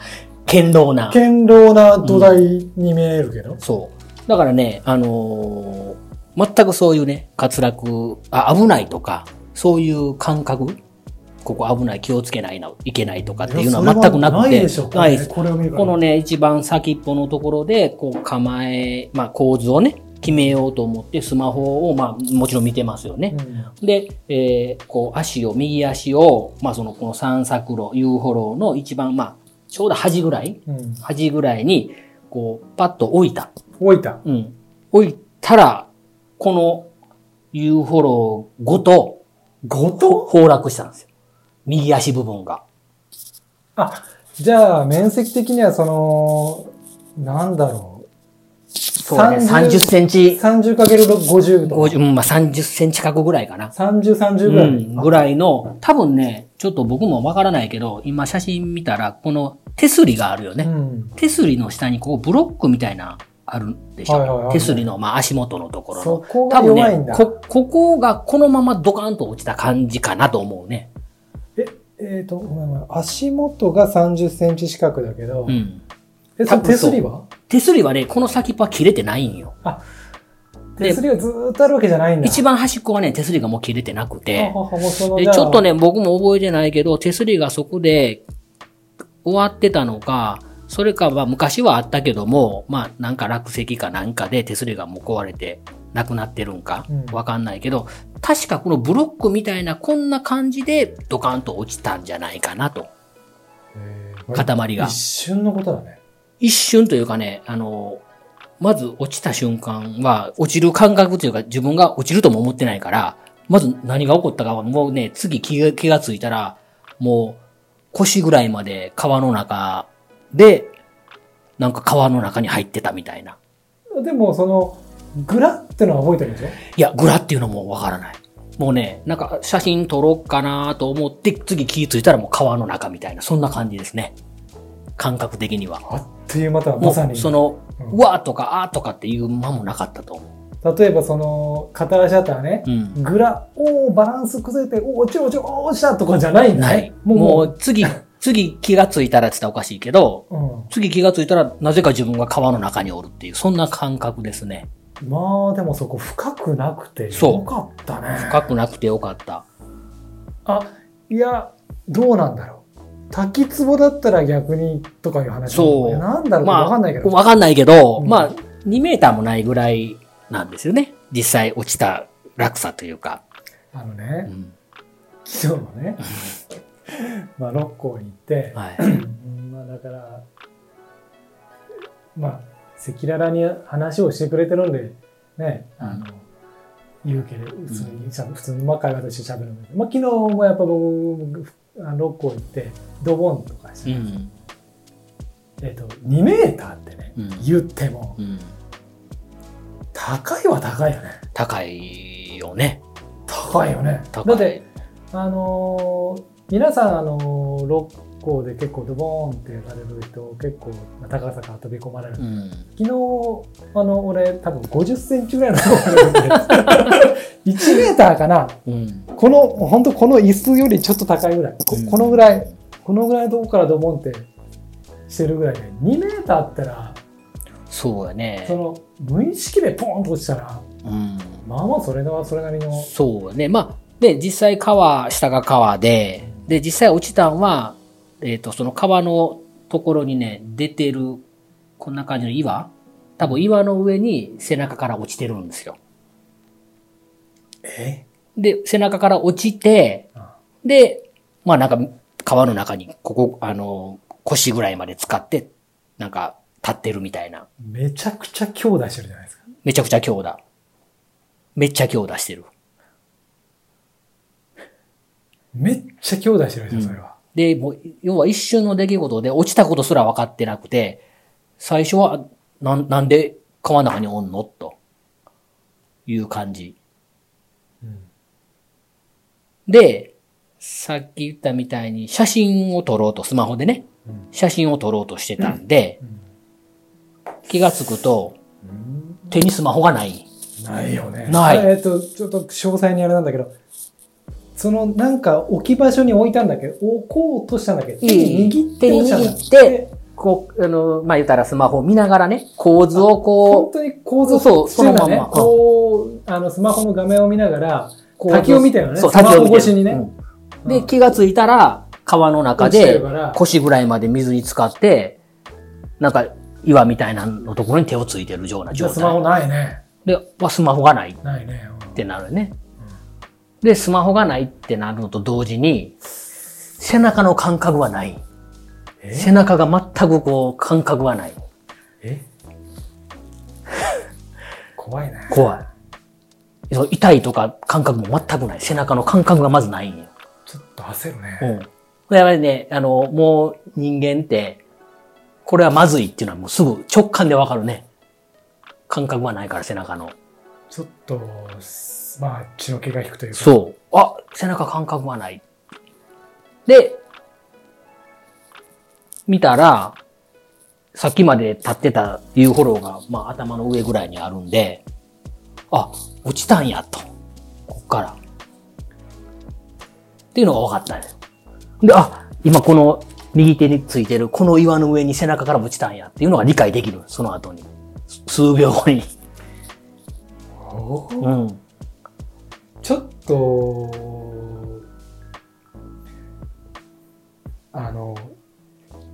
Speaker 2: 堅牢な。
Speaker 1: 堅牢な土台に見えるけど。
Speaker 2: そう。だからね、あのー全くそういうね、滑落、あ、危ないとか、そういう感覚、ここ危ない、気をつけないな、いけないとかっていうのは全くな
Speaker 1: いやそれ
Speaker 2: く
Speaker 1: はない
Speaker 2: て、
Speaker 1: でしょ。
Speaker 2: ないです
Speaker 1: これを見る
Speaker 2: このね、一番先っぽのところで、こう構え、まあ構図をね、決めようと思って、スマホを、まあもちろん見てますよね。で、えーこう足を、右足を、まあそのこの散策路、ユーフォローの一番、まあちょうど端ぐらい、
Speaker 1: うん。うん。
Speaker 2: 端ぐらいに、こうパッと置いた。
Speaker 1: 置いた。
Speaker 2: うん。置いたら、この U フォローごと
Speaker 1: ご
Speaker 2: ほ
Speaker 1: と
Speaker 2: 崩落したんですよ。右足部分が。
Speaker 1: あ、じゃあ、面積的にはその、なんだろ
Speaker 2: そうだね。
Speaker 1: 30
Speaker 2: 30セン
Speaker 1: う。
Speaker 2: チ、
Speaker 1: 30×50 と
Speaker 2: 50、うんまあ、30センチ角ぐらいかな。
Speaker 1: 30、30ぐ
Speaker 2: う
Speaker 1: らい。
Speaker 2: ん、ぐらいの、多分ね、ちょっと僕もわからないけど、今写真見たら、この手すりがあるよね。
Speaker 1: うん。
Speaker 2: 手すりの下にこうブロックみたいな、あるでしょ、
Speaker 1: はいはいはい
Speaker 2: 手すりの、まあ、足元のところの。
Speaker 1: そこが
Speaker 2: 多分
Speaker 1: 弱いん
Speaker 2: ね
Speaker 1: だ。
Speaker 2: こ、ここがこのままドカンと落ちた感じかなと思うね。
Speaker 1: えっと、ごめんごめん。足元が30センチ四角だけど
Speaker 2: う、ん。
Speaker 1: え、その
Speaker 2: 多分
Speaker 1: 手
Speaker 2: そう
Speaker 1: すりは
Speaker 2: 手すりはね、この先っぽは切れてないんよ。で
Speaker 1: 手すりがずーっとあるわけじゃないんだ。
Speaker 2: 一番端っこはね、手すりがもう切れてなくて
Speaker 1: あ。ははもうその
Speaker 2: で、
Speaker 1: じゃあ
Speaker 2: ちょっとね、僕も覚えてないけど、手すりがそこで終わってたのか、それかは昔はあったけども、まあなんか落石かなんかで手すりがもう壊れてなくなってるんか
Speaker 1: うん、
Speaker 2: わかんないけど、確かこのブロックみたいなこんな感じでドカンと落ちたんじゃないかなと、
Speaker 1: えー
Speaker 2: 塊が
Speaker 1: 一。瞬のことだね。
Speaker 2: 一瞬というかね、あの、まず落ちた瞬間は、落ちる感覚というか、自分が落ちるとも思ってないから、まず何が起こったかは、もうね、次気が気がついたら、もう腰ぐらいまで川の中で、なんか川の中に入ってたみたいな。
Speaker 1: でも、その、グラってのは覚えてるでしょ
Speaker 2: いや、グラっていうのもわからない。もうね、なんか写真撮ろうかなと思って、次気づいたらもう川の中みたいな、そんな感じですね。感覚的には。
Speaker 1: あっという間とはま
Speaker 2: も
Speaker 1: さに
Speaker 2: う、。その、
Speaker 1: うん
Speaker 2: うわーとかあーとかっていう間もなかったと思う。
Speaker 1: 例えば、その、片足だったらね、
Speaker 2: うん。
Speaker 1: グラ、おーバランス崩れて、おー落ちろ落ちろ、落ちたとかじゃないんだ
Speaker 2: な
Speaker 1: ね。
Speaker 2: い。
Speaker 1: もう、
Speaker 2: もう、次、 次気がついたらって言ったらおかしいけど、
Speaker 1: う
Speaker 2: 次気がついたら、なぜか自分が川の中におるっていう、そんな感覚ですね。
Speaker 1: ん。まあ、でもそこ深くなくて
Speaker 2: そう
Speaker 1: よかったね。
Speaker 2: 深くなくてよかった。
Speaker 1: あ、いや、どうなんだろう。滝壺だったら逆にとかいう話
Speaker 2: そう
Speaker 1: なんだろう
Speaker 2: まあ
Speaker 1: わかんないけど。
Speaker 2: わかんないけど、
Speaker 1: うん
Speaker 2: まあ、2メーターもないぐらいなんですよね。実際落ちた落差というか。
Speaker 1: あの
Speaker 2: う
Speaker 1: ね、
Speaker 2: ん
Speaker 1: 昨日もね、 まあ、六甲に行って、
Speaker 2: はい。
Speaker 1: うんまあだから、まあ、赤裸々に話をしてくれてるんで、ね、あの、言うけど、普通にしゃ、普通に、まあ、会話として喋るんだけど、まあ、昨日もやっぱ僕、あの六甲行って、ドボンとかし
Speaker 2: う
Speaker 1: て、
Speaker 2: ん。
Speaker 1: えっと、2メーターってね、
Speaker 2: うん
Speaker 1: 言っても、
Speaker 2: うん。
Speaker 1: 高いは高いよね。
Speaker 2: 高いよね。
Speaker 1: 高いよね。
Speaker 2: 高い。
Speaker 1: だって、あのー皆さん、あのー六甲で結構ドボーンってやられる人、結構まあ高さから飛び込まれる
Speaker 2: うん。
Speaker 1: 昨日あの俺多分50センチぐらいのところで1メーターかな
Speaker 2: うん。
Speaker 1: この本当この椅子よりちょっと高いぐらいここのぐらい。このぐらいのとこからドボンってしてるぐらいで2メーターあったら
Speaker 2: そうやね
Speaker 1: そ。の無意識でポンと落ちたら
Speaker 2: うん。
Speaker 1: まあまあそれはそれなりの
Speaker 2: そうね。まあ、で、実際川、下が川で、で、実際落ちたんは、えっ、と、その川のところにね、出てる、こんな感じの岩多分岩の上に背中から落ちてるんですよ。
Speaker 1: え
Speaker 2: で、背中から落ちて、で、まあなんか川の中に、ここ、あの、腰ぐらいまで使って、なんか立ってるみたいな。
Speaker 1: めちゃくちゃ強打してるじゃないですか
Speaker 2: めちゃくちゃ強打。めっちゃ強打してる。
Speaker 1: めっちゃ兄弟してるじゃん、
Speaker 2: うん
Speaker 1: それは。
Speaker 2: で、もう、要は一瞬の出来事で落ちたことすら分かってなくて、最初は、なん、なんで川の中におんのという感じ。で、さっき言ったみたいに写真を撮ろうと、スマホでね、
Speaker 1: うん
Speaker 2: 写真を撮ろうとしてたんで、気がつくと、手にスマホがない。
Speaker 1: ないよね。
Speaker 2: ない
Speaker 1: えっと、ちょっと詳細にあれなんだけど、そのなんか置き場所に置いたんだけど、置こうとしたんだけど、
Speaker 2: うん
Speaker 1: 手に握って落ちたんだ
Speaker 2: 手に握って、こう、あの、まあ、言ったらスマホを見ながらね、構図を
Speaker 1: 本
Speaker 2: こ
Speaker 1: 当に構造
Speaker 2: そう
Speaker 1: してんだね
Speaker 2: そのまんまうん
Speaker 1: こう、あの、スマホの画面を見ながら、
Speaker 2: う、構図
Speaker 1: 滝を見たよね
Speaker 2: そう、
Speaker 1: スマ
Speaker 2: 滝
Speaker 1: ホ
Speaker 2: を見てる
Speaker 1: 越しにね
Speaker 2: うんで、気がついたら、川の中
Speaker 1: 落ちて
Speaker 2: で
Speaker 1: る、から、
Speaker 2: 腰ぐらいまで水に浸かって、なんか、岩みたいなのところに手をついてるような
Speaker 1: じゃ
Speaker 2: 状
Speaker 1: あスマホな
Speaker 2: 態。
Speaker 1: いね。
Speaker 2: で、わスマホがないっ
Speaker 1: ないね。うん
Speaker 2: てなるよね。で、スマホがないってなるのと同時に、背中の感覚はない。
Speaker 1: え
Speaker 2: 背中が全くこう、感覚はない。
Speaker 1: え 怖いね。
Speaker 2: 怖い。そう痛いとか感覚も全くない。背中の感覚がまずないんよ。
Speaker 1: ちょっと焦るね。
Speaker 2: うん。これやっぱりね、あの、もう人間って、これはまずいっていうのはもうすぐ直感でわかるね。感覚はないから背中の。
Speaker 1: ちょっと、まあ、血の気が引くというか。
Speaker 2: そう。あ、背中感覚はない。で、見たら、さっきまで立ってた遊歩道が、まあ頭の上ぐらいにあるんで、あ、落ちたんやと。こっから。っていうのが分かったね。で、あ、今この右手についてるこの岩の上に背中から落ちたんやっていうのが理解できる。その後に。す数秒後に。
Speaker 1: おー
Speaker 2: うん。
Speaker 1: ちょっと、あの、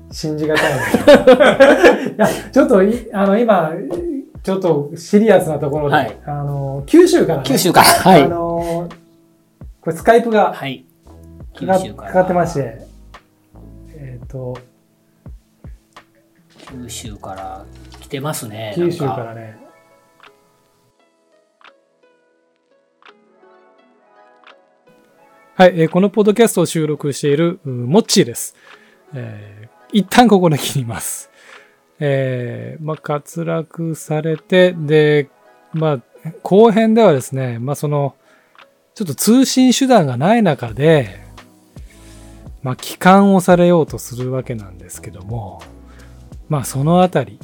Speaker 1: 信じがたいんだ けどいや。ちょっとい、あの、今、ちょっとシリアスなところで、
Speaker 2: はい
Speaker 1: あの、九州からね、
Speaker 2: 九州から。は
Speaker 1: あ
Speaker 2: い。
Speaker 1: の、これスカイプが
Speaker 2: はい。
Speaker 1: かかかかってまして、えっ、と、
Speaker 2: 九州から来てますね。
Speaker 1: 九州か
Speaker 2: なん
Speaker 1: らね、はい、えーこのポッドキャストを収録しているうーモッチーです。えー一旦ここで切ります。えーまあ、滑落されて、で、まあ、後編ではですね、まあ、その、ちょっと通信手段がない中で、まあ、帰還をされようとするわけなんですけども、まあ、そのあたり、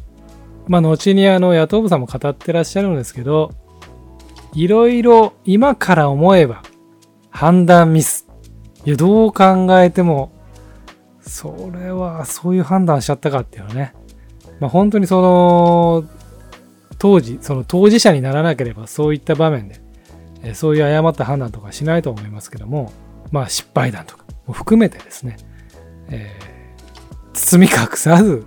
Speaker 1: まあ、後にあの、野党部さんも語ってらっしゃるんですけど、いろいろ今から思えば、判断ミス。いや、どう考えても、それは、そういう判断しちゃったかっていうのはね。まあ、本当にその、当時、その当事者にならなければ、そういった場面で、えーそういう誤った判断とかしないと思いますけども、まあ、失敗談とかも含めてですね、えー包み隠さず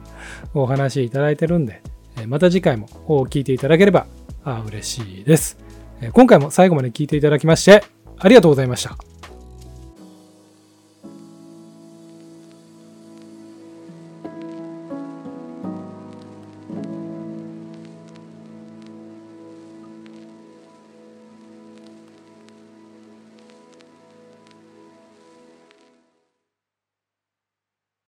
Speaker 1: お話しいただいてるんで、えーまた次回も聞いていただければあー嬉しいです。えー今回も最後まで聞いていただきまして、ありがとうございました。